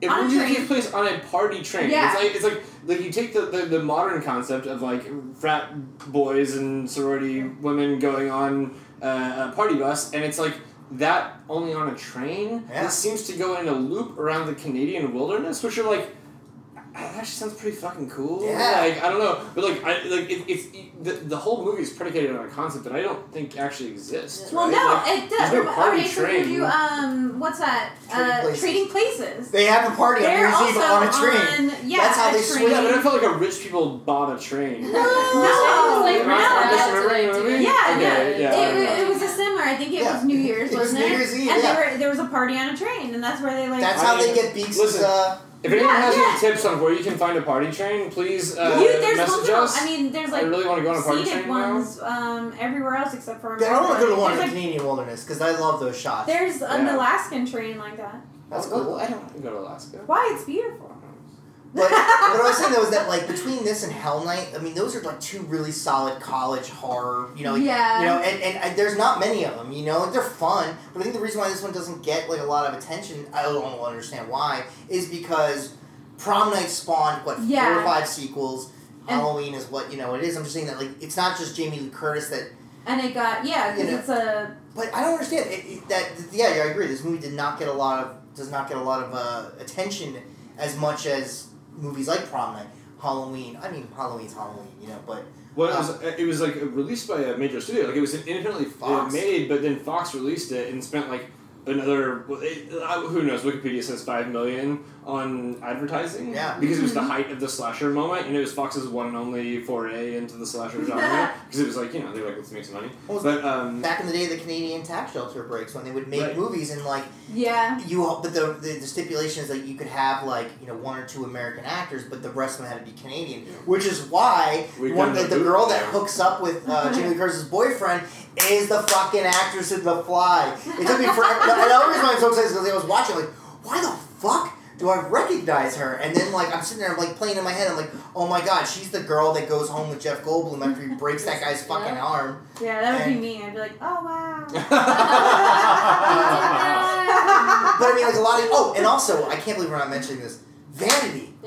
C: it
B: On a
C: really
B: train.
C: takes place on a party train.
B: Yeah.
C: It's like it's like like you take the, the, the modern concept of like frat boys and sorority women going on uh, a party bus, and it's like that only on a train.
A: Yeah.
C: It seems to go in a loop around the Canadian wilderness, which are like. That actually sounds pretty fucking cool.
A: Yeah.
C: Like I don't know, but like I like it, it's the, the whole movie is predicated on a concept that I don't think actually exists.
B: Well,
C: right?
B: no,
C: Like,
B: it
C: there's
B: does.
C: no
B: rem-
C: party
B: okay, so you
C: train.
B: do um, what's that?
A: Trading
B: uh,
A: Places.
B: Trading places.
A: they have a party on New
B: They're
A: Year's Eve
B: also
A: on a train.
B: on- yeah,
A: That's how
B: a
A: they
B: train.
A: swing
C: Yeah, but I feel like a rich people bought a train.
D: No,
B: No, no,
D: like, we're not
B: that's-
D: allowed to, like,
C: remember
D: do
C: it.
D: it.
B: Yeah,
C: Okay,
D: yeah.
C: yeah,
B: it,
C: yeah.
B: it was *laughs*
D: *laughs*
B: a similar. I think it
A: Yeah.
B: was New Year's,
A: It was
B: wasn't
A: New
B: it?
A: Year's Eve,
B: and
A: yeah.
B: they were, there was a party on a train, and that's where they like.
A: That's
C: I
A: how
C: mean,
A: they get Beaks'
C: listen,
A: uh,
C: If anyone
B: Yeah,
C: has
B: yeah.
C: any tips on where you can find a party train, please uh,
B: you, there's
C: message
B: multiple.
C: us.
B: I mean, there's like
C: I really want to go on a party
B: seated
C: train
B: ones um, everywhere else except for.
A: Yeah, I don't want to go to one in
B: There's,
A: the
B: like,
A: Canadian wilderness because I love those shots.
B: There's an
C: Yeah.
B: Alaskan train like that.
C: now.
A: That's cool.
C: I don't want to go to Alaska.
B: Why? It's beautiful.
A: But what I was saying though is that
B: *laughs*
A: like between this and Hell Night, I mean those are like two really solid college horror. You know, like,
B: yeah.
A: you know, and, and, and there's not many of them. You know, like, they're fun, but I think the reason why this one doesn't get like a lot of attention, I don't understand why, is because Prom Night spawned what four
B: Yeah.
A: or five sequels.
B: And-
A: Halloween is what you know it is. I'm just saying that like it's not just Jamie Lee Curtis that,
B: and it got yeah, because
A: You know.
B: it's a
A: but I don't understand it, it- that. Yeah, yeah, I agree. This movie did not get a lot of does not get a lot of uh, attention as much as movies like Prom Night, Halloween. I mean, Halloween's Halloween, you know, but
C: Well, it was, it was like released by a major studio. Like it was independently
A: Fox.
C: made, but then Fox released it and spent like another well, it, uh, who knows. Wikipedia says five million on advertising.
A: Yeah.
C: because it was the
B: Mm-hmm.
C: height of the slasher moment, and it was Fox's one and only foray into the slasher
B: *laughs*
C: genre. Because it was like you know they were like let's make some money,
A: Well,
C: but um,
A: back in the day, the Canadian tax shelter breaks when they would make
C: Right.
A: movies and like
B: yeah.
A: you. all- But the, the the stipulation is that you could have like you know one or two American actors, but the rest of them had to be Canadian, which is why
C: We
A: one
C: couldn't
A: the, the
C: do
A: girl that
C: that.
A: hooks up with uh, Jimmy Curtis's boyfriend is the fucking actress in The Fly. It took me forever. the, the only reason why I'm so excited is because I was watching, like, why the fuck do I recognize her? And then, like, I'm sitting there, like, playing in my head. I'm like, oh my god, she's the girl that goes home with Jeff Goldblum after he breaks that guy's fucking
D: Yeah.
A: arm.
B: Yeah, that would be
A: And-
B: me. I'd be like, oh wow.
A: But I mean, like, a lot of. Oh, and also, I can't believe we're not mentioning this. Vanity.
B: oh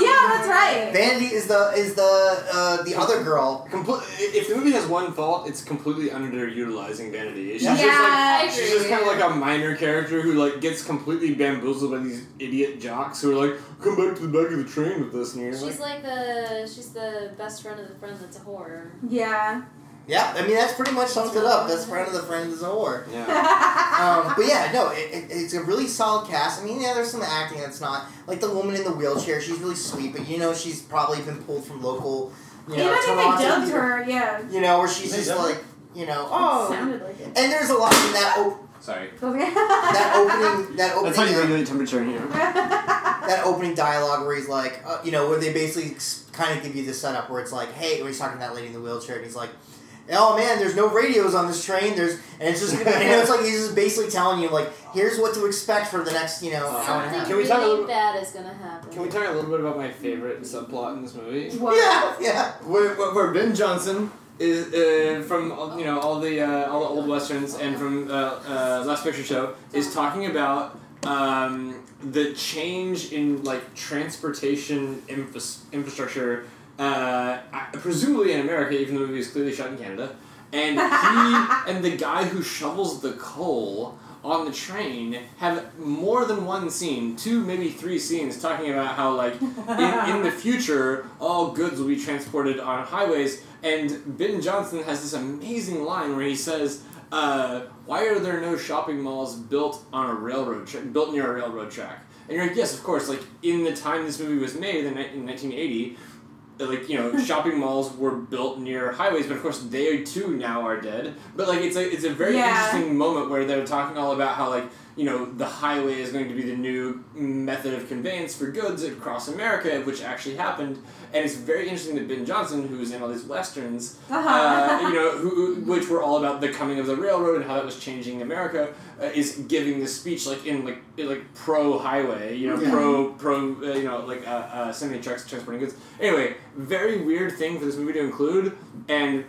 B: yeah, that's right.
A: Vanity is the is the uh, the other girl.
C: Comple- if the movie has one fault, it's completely underutilizing Vanity. *laughs* She's
A: Yeah.
C: just like
E: I
C: She's just
E: agree.
C: kind of like a minor character who like gets completely bamboozled by these idiot jocks who are like, "Come back to the back of the train with us," and you're
D: She's like
C: like,
D: the she's the best friend of the friend that's a whore.
B: Yeah.
A: Yeah, I mean that's pretty much sums it up. Best friend of the friend is a whore.
C: "Yeah."
B: *laughs*
A: Um, but yeah, no, it, it, it's a really solid cast. I mean, yeah, there's some acting that's not like the woman in the wheelchair. She's really sweet, but you know she's probably been pulled from local. You know,
B: Even if
A: Toronto
B: they dubbed
A: theater,
B: her, yeah.
A: You know, where she's
F: They
A: just
F: dubbed
A: like, you know,
B: It
A: oh.
B: sounded like it.
A: And there's a lot in that op-
F: Sorry.
A: that opening that
C: Oh,
F: That's how you
A: opening
F: regulate temperature in here.
A: that opening dialogue where he's like, uh, you know, where they basically kind of give you the setup where it's like, hey, where he's talking to that lady in the wheelchair, and he's like, oh man, there's no radios on this train. There's and it's just you know, it's like he's just basically telling you like, here's what to expect for the next you know hour and a half.
D: Something
C: Oh, Can we
D: really
C: talk a little-
D: bad is gonna happen.
C: Can we talk a little bit about my favorite subplot in this movie?
B: What?
A: Yeah, yeah.
C: Where, where, where Ben Johnson is uh, from uh, you know all the uh, all the old westerns and from uh, uh, Last Picture Show is talking about um, the change in like transportation infras- infrastructure, uh, I- presumably in America, even though the movie is clearly shot in Canada. And he and the guy who shovels the coal on the train have more than one scene, two maybe three scenes, talking about how like in, in the future, all goods will be transported on highways. And Ben Johnson has this amazing line where he says, uh, "Why are there no shopping malls built on a railroad tra- built near a railroad track?" And you're like, "Yes, of course." Like in the time this movie was made, in, ni- in 1980. uh, Like you know, shopping malls were built near highways, but of course they too now are dead. But like it's a it's a very
B: Yeah.
C: interesting moment where they're talking all about how like you know, the highway is going to be the new method of conveyance for goods across America, which actually happened. And it's very interesting that Ben Johnson, who was in all these westerns,
B: uh-huh.
C: uh, you know, who, which were all about the coming of the railroad and how that was changing America, uh, is giving this speech like in like in, like pro highway, you know,
A: Yeah.
C: pro pro, uh, you know, like uh, uh, semi trucks transporting goods. Anyway, very weird thing for this movie to include, and.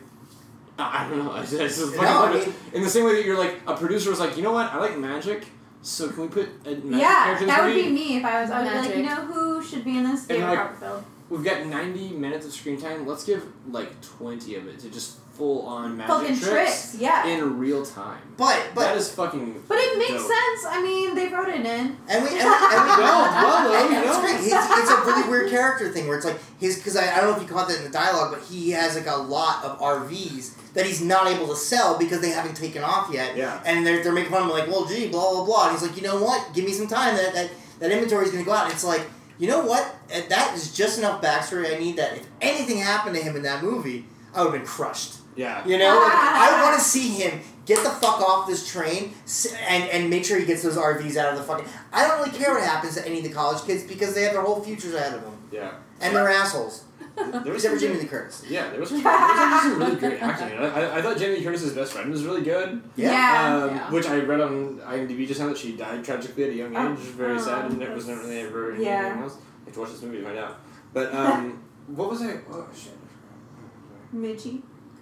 C: I I don't know. *laughs* I just, I just fucking
A: No, I
C: love it.
A: mean-
C: In the same way that you're like a producer was like, you know what? I like magic, so can we put a magic
B: *laughs* Yeah,
C: character in this
B: that would
C: movie?
B: be me if I was. I would be like,
D: Magic.
B: you know who should be in this?
C: And
B: David
C: like-
B: Copperfield.
C: We've got ninety minutes of screen time. Let's give like twenty of it to just full on magic
B: Fucking tricks. Yeah.
C: in real time.
A: But
C: that
A: but
C: is fucking.
B: but it makes
C: dope.
B: sense. I mean, they wrote it
A: and
B: in.
A: we and we, and we
C: Well, well, though,
A: And
C: you
A: it's
C: know.
A: great. It's, it's a really weird character thing where it's like his because I, I don't know if you caught that in the dialogue, but he has like a lot of RVs that he's not able to sell because they haven't taken off yet.
C: Yeah.
A: And they're, they're making fun of him like, well, gee, blah blah blah. And he's like, you know what? Give me some time. That that, that inventory is gonna go out. And it's like, you know what? Uh, That is just enough backstory I need. That if anything happened to him in that movie, I would have been crushed.
C: Yeah.
A: You know, Like, I
B: *laughs*
A: want to see him get the fuck off this train s- and and make sure he gets those RVs out of the fucking. I don't really care what happens to any of the college kids because they have their whole futures ahead of them
B: *laughs*
C: Yeah.
A: and they're assholes.
C: There was
A: Except for
C: something-
A: Jimmy Lee Curtis.
C: Yeah,
B: *laughs*
C: there was, there was actually some really great acting. in it. I, I thought Jamie Lee Curtis's best friend was really good.
A: Yeah.
B: Yeah.
C: um,
D: Yeah.
C: Which I read on IMDb just now that she died tragically at a young
B: Oh.
C: age. Very
B: Oh,
C: sad, and it
B: that's-
C: was never really ever in
B: yeah.
C: anything else. I have to watch this movie to find out.
B: *laughs*
C: But um, what was I? Oh shit!
B: Mitchie.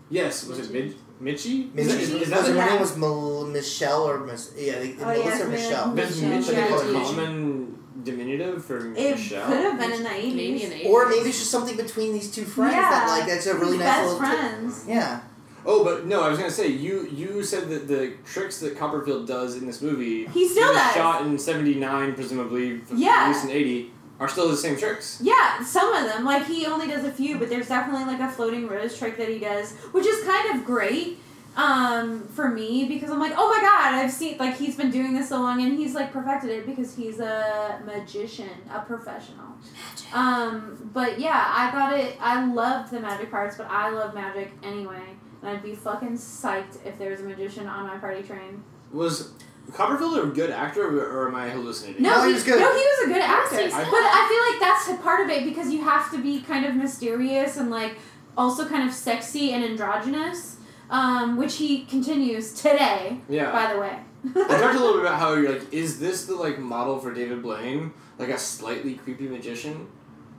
C: Yes, was it Mid Mitchie?
A: Maybe
C: Is that,
A: his-
C: is, is that
A: was
C: the
A: her
B: Yeah.
A: name was Mel- Michelle or Mis- yeah, they-
B: Oh,
A: Melissa
B: yes,
A: or
B: Mel-
A: Michelle.
C: That's
D: Mitchell.
C: Mitch,
B: Yeah,
C: like a
B: Mitch.
C: common diminutive for
B: It
C: Michelle.
B: could have been in the
D: Maybe
B: eighties.
D: an
A: Or maybe it's just something between these two friends that
B: Yeah.
A: like that's a really nice
B: Best
A: little.
B: friends.
A: Yeah.
C: Oh, but no, I was gonna say you you said that the tricks that Copperfield does in this movie
B: He still
C: was
B: does.
C: shot in '79, presumably f-
B: Yeah.
C: released in '80, are still the same tricks.
B: Yeah, some of them. Like he only does a few, but there's definitely like a floating rose trick that he does, which is kind of great um for me because I'm like, "Oh my god, I've seen like he's been doing this so long and he's like perfected it because he's a magician, a professional." Um, but yeah, I thought it I loved the magic parts, but I love magic anyway. And I'd be fucking psyched if there was a magician on my party train.
C: Was Copperfield a good actor, or, or am I hallucinating?
B: No,
A: No, he was good.
B: No, he was a good actor.
D: Yes, he's
B: but
D: good.
B: I feel like that's a part of it because you have to be kind of mysterious and like also kind of sexy and androgynous. um, which he continues today,
C: Yeah.
B: by the way.
C: I talked
B: *laughs*
C: a little bit about how you're like, is this the like model for David Blaine, like a slightly creepy magician?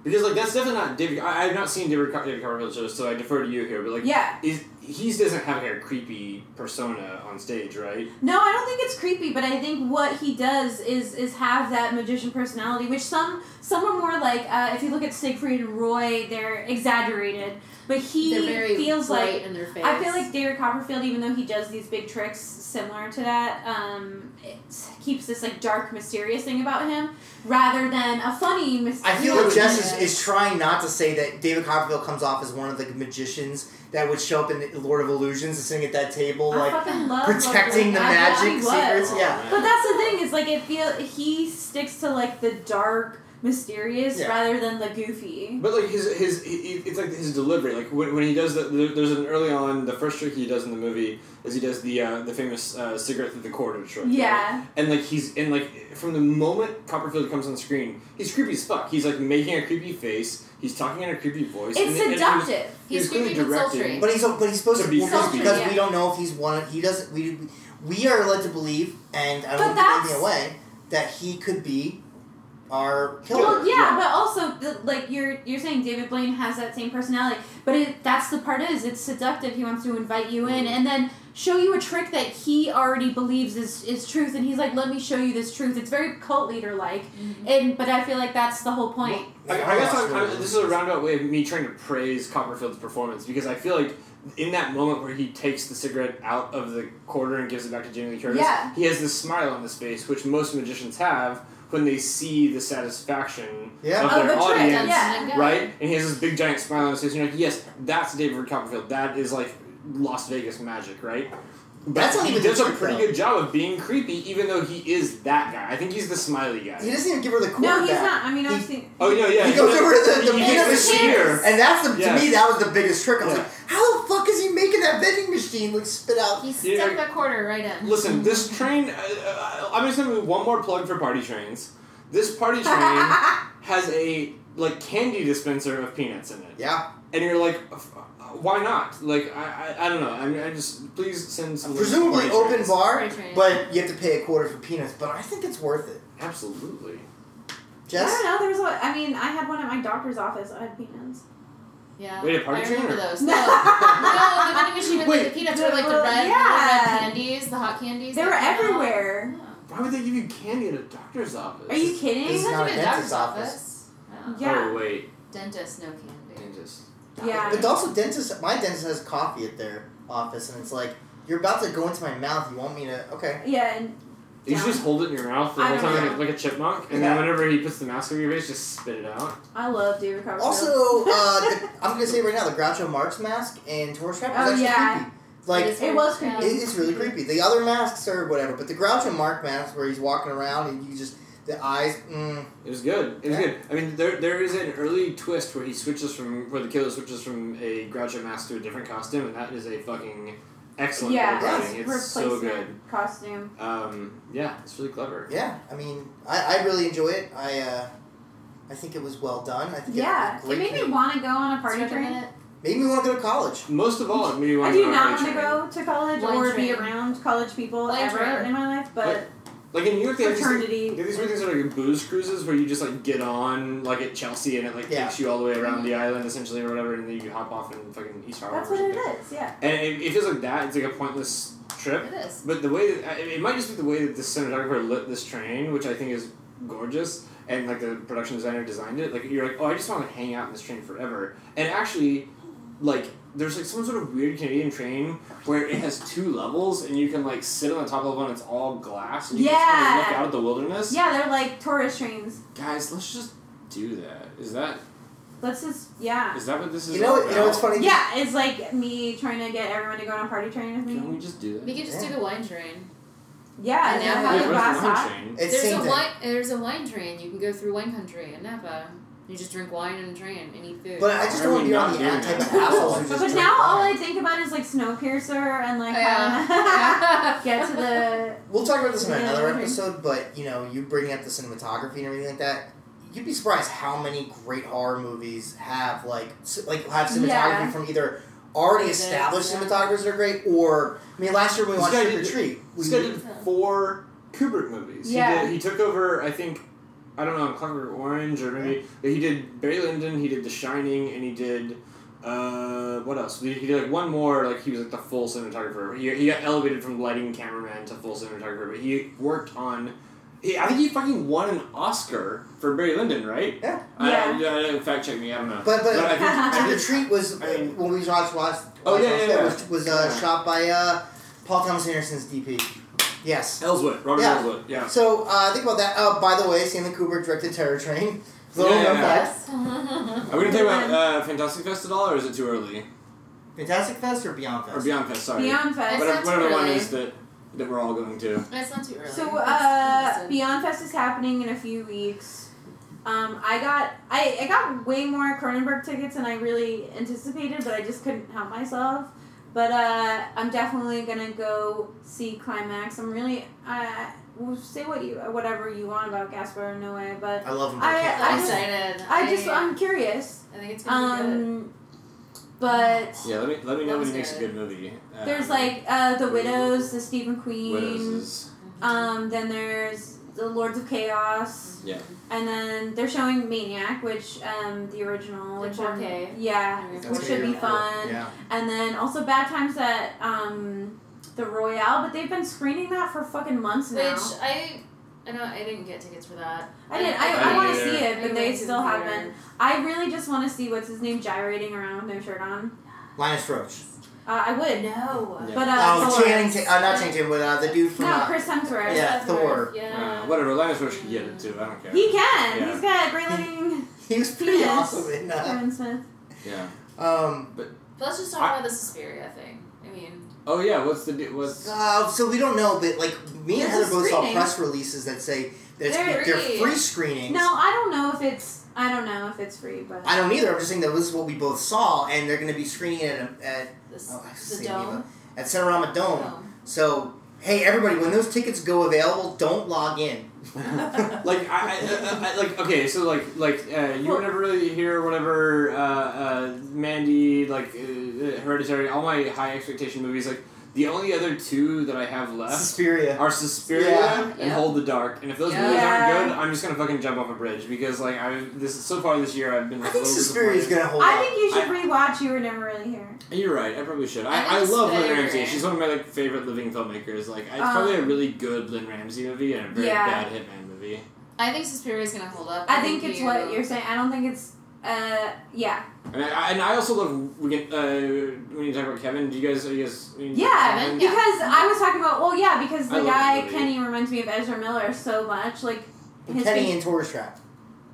C: Because like that's definitely not David. I, I've not seen David Car- David Copperfield shows, so I defer to you here. But like,
B: yeah.
C: is he doesn't have like, a creepy persona on stage, right?
B: No, I don't think it's creepy, but I think what he does is is have that magician personality, which some some are more like. Uh, if you look at Siegfried and Roy, they're exaggerated, but he
D: They're very
B: feels like
D: bright in their face.
B: I feel like David Copperfield, even though he does these big tricks similar to that, um, it keeps this like dark, mysterious thing about him rather than a funny. Mis-
A: I feel
B: you know,
A: like Jess is,
B: yeah.
A: is trying not to say that David Copperfield comes off as one of the magicians that would show up in Lord of Illusions and sitting at that table,
B: I
A: like
B: fucking love
A: protecting
B: Lovejoy.
A: the
B: I thought he
A: magic
B: was.
A: secrets. Yeah.
B: But that's the thing is like it feel he sticks to like the dark, mysterious
A: Yeah.
B: rather than the goofy.
C: But like his his he, it's like his delivery. Like when, when he does the there- there's an early on the first trick he does in the movie is he does the uh, the famous uh, cigarette through the corridor trick. right?
B: Yeah.
C: And like he's and like from the moment Copperfield comes on screen, he's creepy as fuck. He's like making a creepy face. He's talking in a creepy voice.
B: It's
C: and it- and it was-
B: seductive.
D: He's
C: He's clearly
D: creepy and
C: directing.
D: sultry.
A: But he's but he's supposed
C: To
A: to
C: be
A: well, because,
B: creepy.
A: because
B: Yeah.
A: we don't know if he's one. He doesn't. We we are led to believe, and I
B: But
A: don't
B: that's-
A: think taking away that he could be our killer.
B: Well, yeah,
C: Yeah.
B: but also the, like you're you're saying David Blaine has that same personality, but it, that's the part is it's seductive. He wants to invite you in and then show you a trick that he already believes is is truth, and he's like, "Let me show you this truth." It's very cult leader like, and but I feel like that's the whole point.
A: Like,
C: I, I guess
A: lost
C: I'm,
A: Lord of
C: I'm- this is a
A: Illusions.
C: roundabout way of me trying to praise Copperfield's performance because I feel like in that moment where he takes the cigarette out of the quarter and gives it back to Jamie Lee Curtis,
B: Yeah.
C: he has this smile on his face, which most magicians have when they see the satisfaction
A: Yeah.
C: of
B: Of
C: their
B: a trick,
C: audience,
B: Oh, yeah.
D: Yeah.
C: right? And he has this big giant smile on his face, and you're like, yes, that's David Copperfield. That is like Las Vegas magic, right? But
A: That's not
C: he
A: even the
C: does a
A: trick,
C: pretty
A: though.
C: good job of being creepy, even though he is that guy. I think he's the smiley guy.
A: He doesn't even give her the quarterback.
B: No, he's not. I mean, I've
A: He-
B: seen.
C: Oh no, yeah.
A: He goes over to the- the
C: he
A: vending
C: gets the
A: machine.
C: spear.
A: And that's the
C: Yes.
A: to me that was the biggest trick. I was
C: Yeah.
A: like, how the fuck is he making that vending machine like spit out?
D: He
C: Yeah.
D: stuck that quarter right in.
C: Listen, this train. Uh, uh, I'm just gonna do one more plug for party trains. This
A: *laughs*
C: party train has a like candy dispenser of peanuts in it,
A: Yeah.
C: and you're like, uh, why not? Like, I, I, I don't know. I mean, I just please send some. links to
A: Presumably
C: party
A: open
C: trains.
A: bar,
D: Party train.
A: but you have to pay a quarter for peanuts. But I think it's worth it.
C: Absolutely.
B: I
A: Jess,
B: don't know. There's a. I mean, I had one at my doctor's office. I had peanuts.
D: Yeah.
C: Wait, a party
D: I remember
C: train or-
B: *laughs*
D: those. No, no, the vending machine with
C: Wait,
D: the peanuts
B: the
D: were like the
B: little-
D: red,
B: yeah.
D: the red candies, the hot candies. oh.
B: They
D: that
B: were
D: came out.
B: everywhere.
C: Why would they give you candy at a doctor's office?
B: Are you kidding?
A: It's
D: It
A: not
D: must have been
A: a dentist's
D: office. Wow.
B: Yeah.
C: Oh wait,
D: Dentist, no candy.
C: and just.
B: Yeah.
A: but also dentist. My dentist has coffee at their office, and it's like you're about to go into my mouth. You want me to? Okay.
B: Yeah, and
C: You should just hold it in your mouth the
B: I
C: whole
B: don't
C: time
B: know.
C: like, like a chipmunk, and
A: Yeah.
C: then whenever he puts the mask over your face, just spit it out.
B: I love David Copperfield.
A: Also,
B: *laughs*
A: uh, the, I'm gonna say right now, the Groucho Marx mask and Torchtrap is
B: Oh,
A: actually
B: yeah.
A: creepy. Like
D: It is
B: it was creepy.
A: It- It's really creepy. The other masks are whatever, but the Groucho Mark mask where he's walking around and you just the eyes. Mm,
C: It was good. It was
A: Yeah.
C: good. I mean, there there is an early twist where he switches from where the killer switches from a Groucho mask to a different costume, and that is a fucking excellent
B: yeah,
C: writing.
B: it's
C: It's so good.
B: replacement costume.
C: Um, yeah, it's really clever.
A: yeah, I mean, I, I really enjoy it. I uh, I think it was well done. I think
B: Yeah,
A: it,
B: it
A: was great
B: made me want to go on a party train.
A: made me want to go to college.
C: Most of all, it made me
B: I
C: want
B: do
C: to
B: not
C: want
B: want to go to college
D: One
B: or be
D: train.
B: around college people
D: One
B: ever
D: train.
B: in my life, but
C: Like in New York, they have these, like,
B: fraternity.
C: they have these weird things that are like booze cruises where you just like get on like at Chelsea and it like
A: Yeah.
C: takes you all the way around the island essentially or whatever, and then you hop off in fucking East Harlem.
B: That's
C: or
B: what it
C: something.
B: is. Yeah.
C: And it, it feels like that. It's like a pointless trip.
D: It is.
C: But the way that, I- it might just be the way that the cinematographer lit this train, which I think is gorgeous, and like the production designer designed it. Like you're like, oh, I just want to hang out in this train forever. And actually, like there's like some sort of weird Canadian train where it has two levels, and you can like sit on the top level and it's all glass, and you can just kinda
B: Yeah.
C: look out at the wilderness.
B: Yeah, they're like tourist trains.
C: Guys, let's just do that. Is that
B: Let's just yeah.
C: is that what this is?
A: You know,
C: all
A: you know,
C: about?
A: it's funny.
B: Yeah, it's like me trying to get everyone to go on a party train with
C: Can
B: me.
C: we just do that?
D: We could just do the wine train.
B: Yeah,
D: And
B: and then
D: now
B: have
C: Wait,
B: the
D: we-
B: glass
C: where's the wine *laughs*
B: hop.
C: train?
A: It's
D: there's
A: same
D: a
A: thing.
D: wine. There's a wine train. You can go through wine country in Napa. You just drink wine and train and eat food.
A: But I just
C: Why
A: don't
C: are
A: want to
C: we
A: be
C: not
A: on the
C: doing
A: type of
C: that?
A: assholes who
B: But,
A: just
B: but
A: drink
B: now all I
A: wine.
B: think about is like Snowpiercer and like
D: Oh, Yeah. *laughs*
B: how *laughs* to get to the
A: We'll talk about this in
B: Yeah,
A: another
B: okay.
A: episode, but you know, you bring up the cinematography and everything like that. You'd be surprised how many great horror movies have like s- like have cinematography
B: Yeah.
A: from either already
D: Like this,
A: established
D: yeah.
A: cinematographers that are great, or I mean, last year when we
C: This
A: watched
C: guy
A: Trick or
C: did-
A: Treat, we
C: This guy did four Kubrick movies.
B: Yeah.
C: He, did, he took over, I think, I don't know, on Clockwork Orange or maybe he did Barry Lyndon, he did The Shining, and he did. Uh, what else? He, he did like one more. Like he was like the full cinematographer. He, he got elevated from lighting cameraman to full cinematographer. But he worked on. He, I think he fucking won an Oscar for Barry Lyndon, right?
A: Yeah.
C: I-
B: Yeah.
C: yeah. I- fact check me. I don't know.
A: but but
C: I
A: *laughs*
C: think, I
A: Trick or
C: think-
A: Treat was
C: I mean-
A: when we watched last. last
C: Oh, yeah,
A: last
C: yeah,
A: night,
C: yeah.
A: was, was uh,
C: Yeah.
A: shot by uh, Paul Thomas Anderson's DP. Yes.
C: Ellswood, Robert
A: Yeah.
C: Ellswood. Yeah.
A: So uh, think about that. Uh, by the way, Stanley Kubrick directed Terror Train. Little
C: Yeah.
A: known fact.
D: Yes.
C: Are we gonna talk about uh, Fantastic Fest at all, or is it too early?
A: Fantastic Fest or Beyond Fest?
C: Or Beyond Fest? Sorry.
B: Beyond Fest.
D: It's not
C: Whatever, whatever
D: too
C: one
D: early.
C: is that that we're all going to.
D: It's not too early.
B: So
D: It's-
B: uh,
D: it's-
B: Beyond Fest is happening in a few weeks. Um, I got I, I got way more Cronenberg tickets than I really anticipated, but I just couldn't help myself. But uh, I'm definitely gonna go see Climax. I'm really uh, well, say what you whatever you want about Gaspar Noé, but
A: I love him. but
B: I-
A: can't
B: I
D: I'm
A: watch
B: just-
A: it.
D: excited.
B: I just I'm curious.
D: I think it's gonna be good.
B: Um, but
C: Yeah, let me let me know when
D: That was
C: he makes a
D: good.
C: good movie. Uh,
B: there's like uh, the Widows, the Stephen Queen.
C: Widows is
B: Um, then there's the Lords of Chaos.
C: Yeah.
B: And then they're showing Maniac, which um, the original,
D: The
B: which I'm-
D: 4K.
B: yeah,
D: That's
B: which
A: gonna
B: should be
A: really cool.
B: fun.
A: Yeah.
B: And then also Bad Times at um, the Royale, but they've been screening that for fucking months now.
D: Which I, I know I didn't get tickets for that.
B: I didn't.
D: I
B: I, I,
C: didn't
B: want to
C: either.
B: see it,
D: I
B: but they
D: went to
B: still
D: the theater.
B: haven't. I really just want to see what's his name gyrating around with no shirt on.
A: Linus Roach.
B: Uh, I would,
D: No.
C: Yeah.
B: but uh,
A: Oh,
B: Thor.
A: Channing. Ta- uh, not Channing Tatum, but uh, the dude from.
B: no,
A: uh,
B: Chris Hemsworth.
A: Yeah, Thor.
D: Yeah.
C: Um, uh, whatever. Linus Rush can get it too. I don't care.
B: He can.
C: Yeah.
B: He's got great looking
A: he was pretty
B: Yes.
A: awesome in. Uh,
B: Kevin Smith.
C: yeah.
A: um.
D: But let's just talk about the Suspiria thing. I mean,
C: Oh yeah. What's the de- what's
A: Uh, so we don't know, but like me and
B: There's
A: Heather
B: a
A: both saw
B: screening.
A: press releases that say that it's,
B: They're
A: they're
D: free.
A: free screenings.
B: No, I don't know if it's. I don't know if it's free, but
A: I don't either. I'm just saying that this is what we both saw, and they're going to be screening it at at,
D: this,
A: oh, I have to
D: the
A: say
D: dome.
A: Neva. at Cinerama Dome.
D: Dome.
A: So hey, everybody, when those tickets go available, don't log
B: *laughs*
A: in.
C: *laughs* like I, I, I, I like okay. So like like uh, you
B: Well-
C: were never really here. Whatever. Uh, uh, Mandy like uh, Hereditary. All my high expectation movies. Like the only other two that I have
A: *laughs*
C: left.
A: Suspiria.
C: are Suspiria
A: Yeah.
C: and
D: Yeah.
C: Hold the Dark. And if those
D: Yeah.
C: movies aren't
B: Yeah.
C: good, I'm just gonna fucking jump off a bridge because like I this so far this year I've been.
A: I
C: Like,
A: think
C: a little
A: Suspiria is
C: disappointed.
A: going to hold
B: I
A: up.
B: think you should rewatch. You were never really here.
C: You're right. I probably should.
D: I
C: I, I,
D: think
C: love Lynn
D: Suspiria.
C: Ramsey. She's one of my like favorite living filmmakers. Like it's
B: Um,
C: probably a really good Lynn Ramsey movie and a very
B: yeah.
C: bad Hitman movie.
D: I think Suspiria is gonna hold up.
B: I think it's
D: you,
B: what you're saying. I don't think it's. Uh, yeah,
C: And I, I and I also love we get, uh, when you talk about Kevin. Do you guys are you guys? are you-
B: yeah,
D: Kevin?
B: because I was talking about. Well, yeah, because
C: I
B: the
C: love
B: guy
C: that movie.
B: Kenny reminds me of Ezra Miller so much. Like his
A: Kenny
B: face-
A: and Taurus Trap.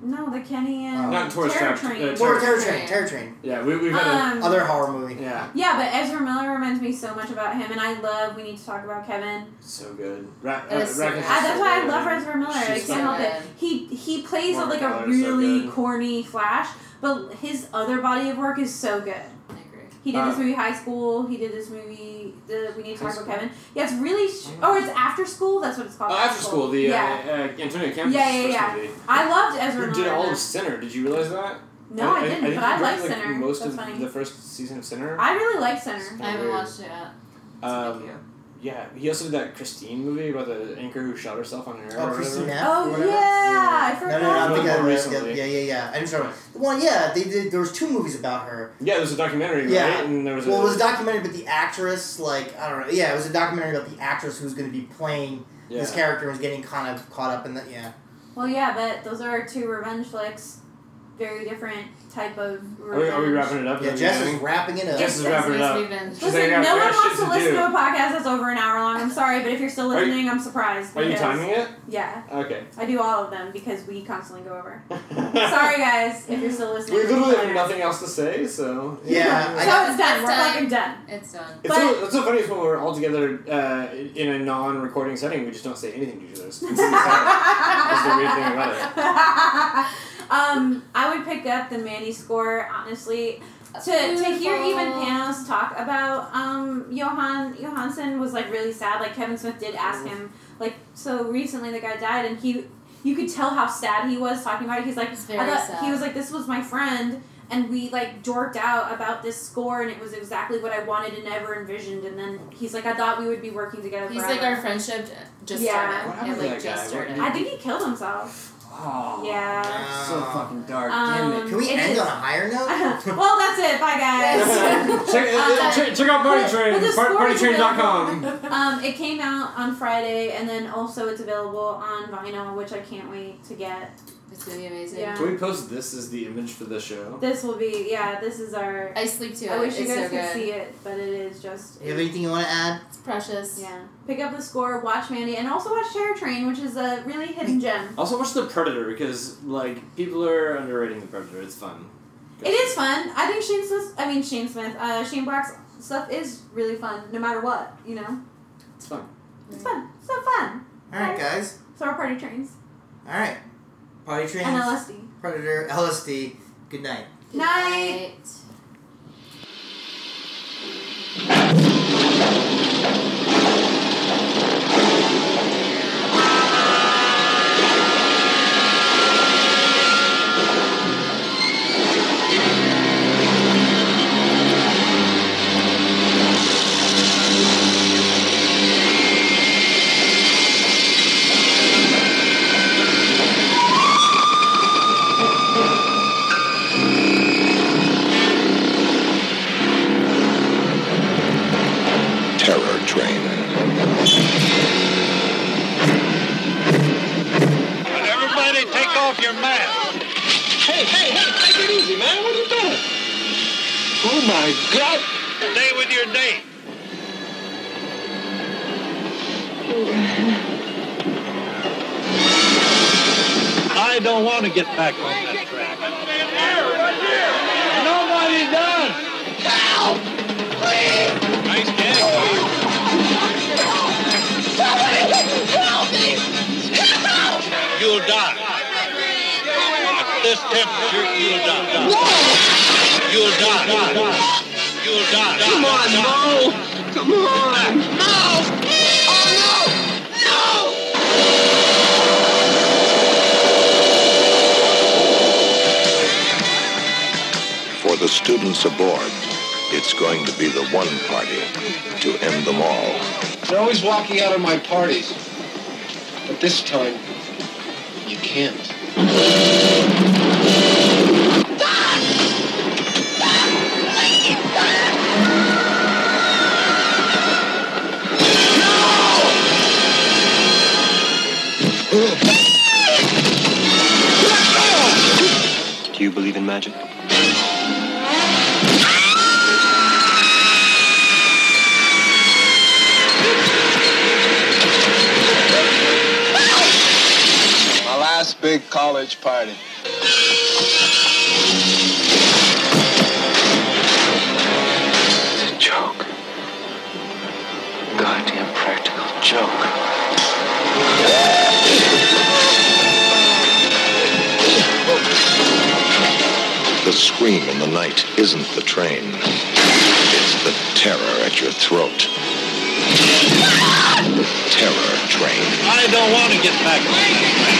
B: no, the Kenny and
C: Not Tourist
B: Terror
C: Trap,
B: Train.
C: uh,
A: Or
C: Terror-
A: Terror Train. Terror Train.
C: Yeah, we we've had
B: um,
A: Other horror movie.
C: a yeah
B: yeah, but Ezra Miller reminds me so much about him, and I love. We need to talk about Kevin.
C: so good. Ra- uh,
D: That is so
C: Ra- Ra-
D: good.
B: Ah, that's why I love
C: Ra-
B: Ezra Miller. I
C: She's
B: can't help it.
D: so good.
B: He he plays
C: Warren
B: like a
C: Tyler is so
B: really
C: good.
B: corny Flash, but his other body of work is so good.
D: I agree.
B: He did this
C: Uh,
B: movie High School. He did this movie The We Need to
C: High
B: Talk About
C: School?
B: Kevin. Yeah, it's really. Sh- oh, it's After School. That's what it's called.
C: Oh, after school, the
B: yeah.
C: uh, uh, Antonio Campos
B: Yeah, yeah, yeah.
C: movie.
B: I loved Ezra
C: Who
B: Miller.
C: did
B: in
C: all
B: that.
C: of Sinner? Did you realize that?
B: no, I, didn't.
C: think
B: but
C: he
B: I
C: directed,
B: like Center.
C: Like, most
B: that's
C: of
B: funny.
C: the first season of Sinner.
B: I really like Center.
C: It's
D: I haven't
C: weird.
D: watched it yet.
C: Um,
D: Thank you.
C: yeah, he also did that Christine movie about the anchor who shot herself on an
A: Oh,
C: air.
A: Christine F.
B: Oh
A: or whatever.
B: yeah, I
A: No,
B: forgot.
A: no, no, I'm
C: More
A: thinking of
C: recently.
A: Yeah, yeah, yeah. I'm sorry. The one, yeah, they did. There was two movies about her.
C: Yeah, there was a documentary,
A: Yeah.
C: right? And there was
A: Well,
C: a,
A: it was a documentary, but the actress, like, I don't know. Yeah, it was a documentary about the actress who's going to be playing
C: yeah.
A: this character and was getting kind of caught up in the yeah.
B: Well, yeah, but those are two revenge flicks. Very different type of.
C: Are we,
B: Revenge.
C: are we wrapping it up?
A: Yeah,
C: Is
A: Jess
C: that
A: is
C: it?
A: wrapping it up.
C: Jess is
D: That's
C: wrapping it
D: makes
C: up.
D: me binge.
C: She's
B: Listen,
C: like, I got
B: no one
C: weird
B: wants
C: shit
B: to
C: to
B: listen
C: do.
B: to a podcast that's over an hour long. I'm sorry, but if you're still
C: Are you-
B: listening, I'm surprised.
C: Are you
B: because-
C: timing it?
B: Yeah,
C: Okay.
B: I do all of them because we constantly go over.
C: Sorry.
B: *laughs* sorry, guys, if you're still
C: *laughs* We
B: listening.
C: literally have
B: Sorry.
C: nothing else to say, so. *laughs*
A: Yeah,
B: So
A: I-
B: it's done.
D: That's
B: We're
D: done.
B: fucking done.
D: It's done.
C: It's, so, it's so funny when we're all together uh, in a non-recording setting, we just don't say anything to each
B: *laughs*
C: other. It's completely silent. That's the weird thing about it.
B: *laughs* um, I would pick up the Manny score honestly. To, to hear even Panos talk about um Johan Johansson was like really sad. Like Kevin Smith did ask
A: Mm.
B: him like so recently the guy died and he you could tell how sad he was talking about it. He's like
D: It's
B: I
D: very
B: thought-
D: sad.
B: he was like this was my friend and we like dorked out about this score, and it was exactly what I wanted and ever envisioned. And then he's like, I thought we would be working together
D: He's
B: forever.
D: like our friendship just
B: Yeah.
C: What
D: started.
C: happened
D: It
C: to
D: like
C: that
D: just
C: guy?
D: started.
B: I think he killed himself.
C: Oh,
B: Yeah. *laughs*
C: that's so fucking dark.
B: Um,
C: Damn *laughs* it.
A: Can we
B: it
A: end
B: is-
A: on a higher note?
B: *laughs* well, that's it. Bye, guys.
D: *laughs*
C: check, uh, check, check out Party
B: but-
C: Train.
B: but the
C: Par-
B: score is
C: PartyTrain.com.
B: *laughs* um, it came out on Friday, and then also it's available on vinyl, which I can't wait to get.
D: It's gonna be amazing.
B: Yeah.
C: Can we post this as the image for the show?
B: This will be, yeah, this is our.
D: I sleep to it.
B: I wish you
D: it's
B: guys
D: so
B: could
D: good.
B: see it, but it is just.
A: you have anything you want to add?
D: It's precious.
B: Yeah. Pick up the score, watch Mandy, and also watch Terror Train, which is a really hidden gem.
C: Also, watch The Predator because, like, people are underrating The Predator. It's fun.
B: It is fun. I think Shane Smith, I mean Shane Smith, uh, Shane Black's stuff is really fun, no matter what, you know?
C: It's fun.
D: Mm-hmm.
B: It's fun. It's so fun.
A: All right, guys.
B: So our party trains.
A: All right. Party trains.
B: And LSD.
A: Predator. LSD. Good night.
D: Good
B: Night.
D: night.
F: Terror Train. Everybody take off your mask. Hey, hey, hey, take it easy, man. What are you doing? Oh my god. Stay with your date. I don't want to get back on that track. Nobody does. Help! Please! Nice gag, Doc. You'll die. At this temperature, you'll die. You'll die. You'll die. Come on, Mo. Come on. No. Oh, no. No. For the students aboard, it's going to be the one party to end them all.
G: You're always walking out of my parties. But this time, you can't.
F: Do you believe in magic?
G: My last big college party.
F: It's a joke. Goddamn practical joke. The scream in the night isn't the train. It's the terror at your throat. Terror train. I don't want to get back.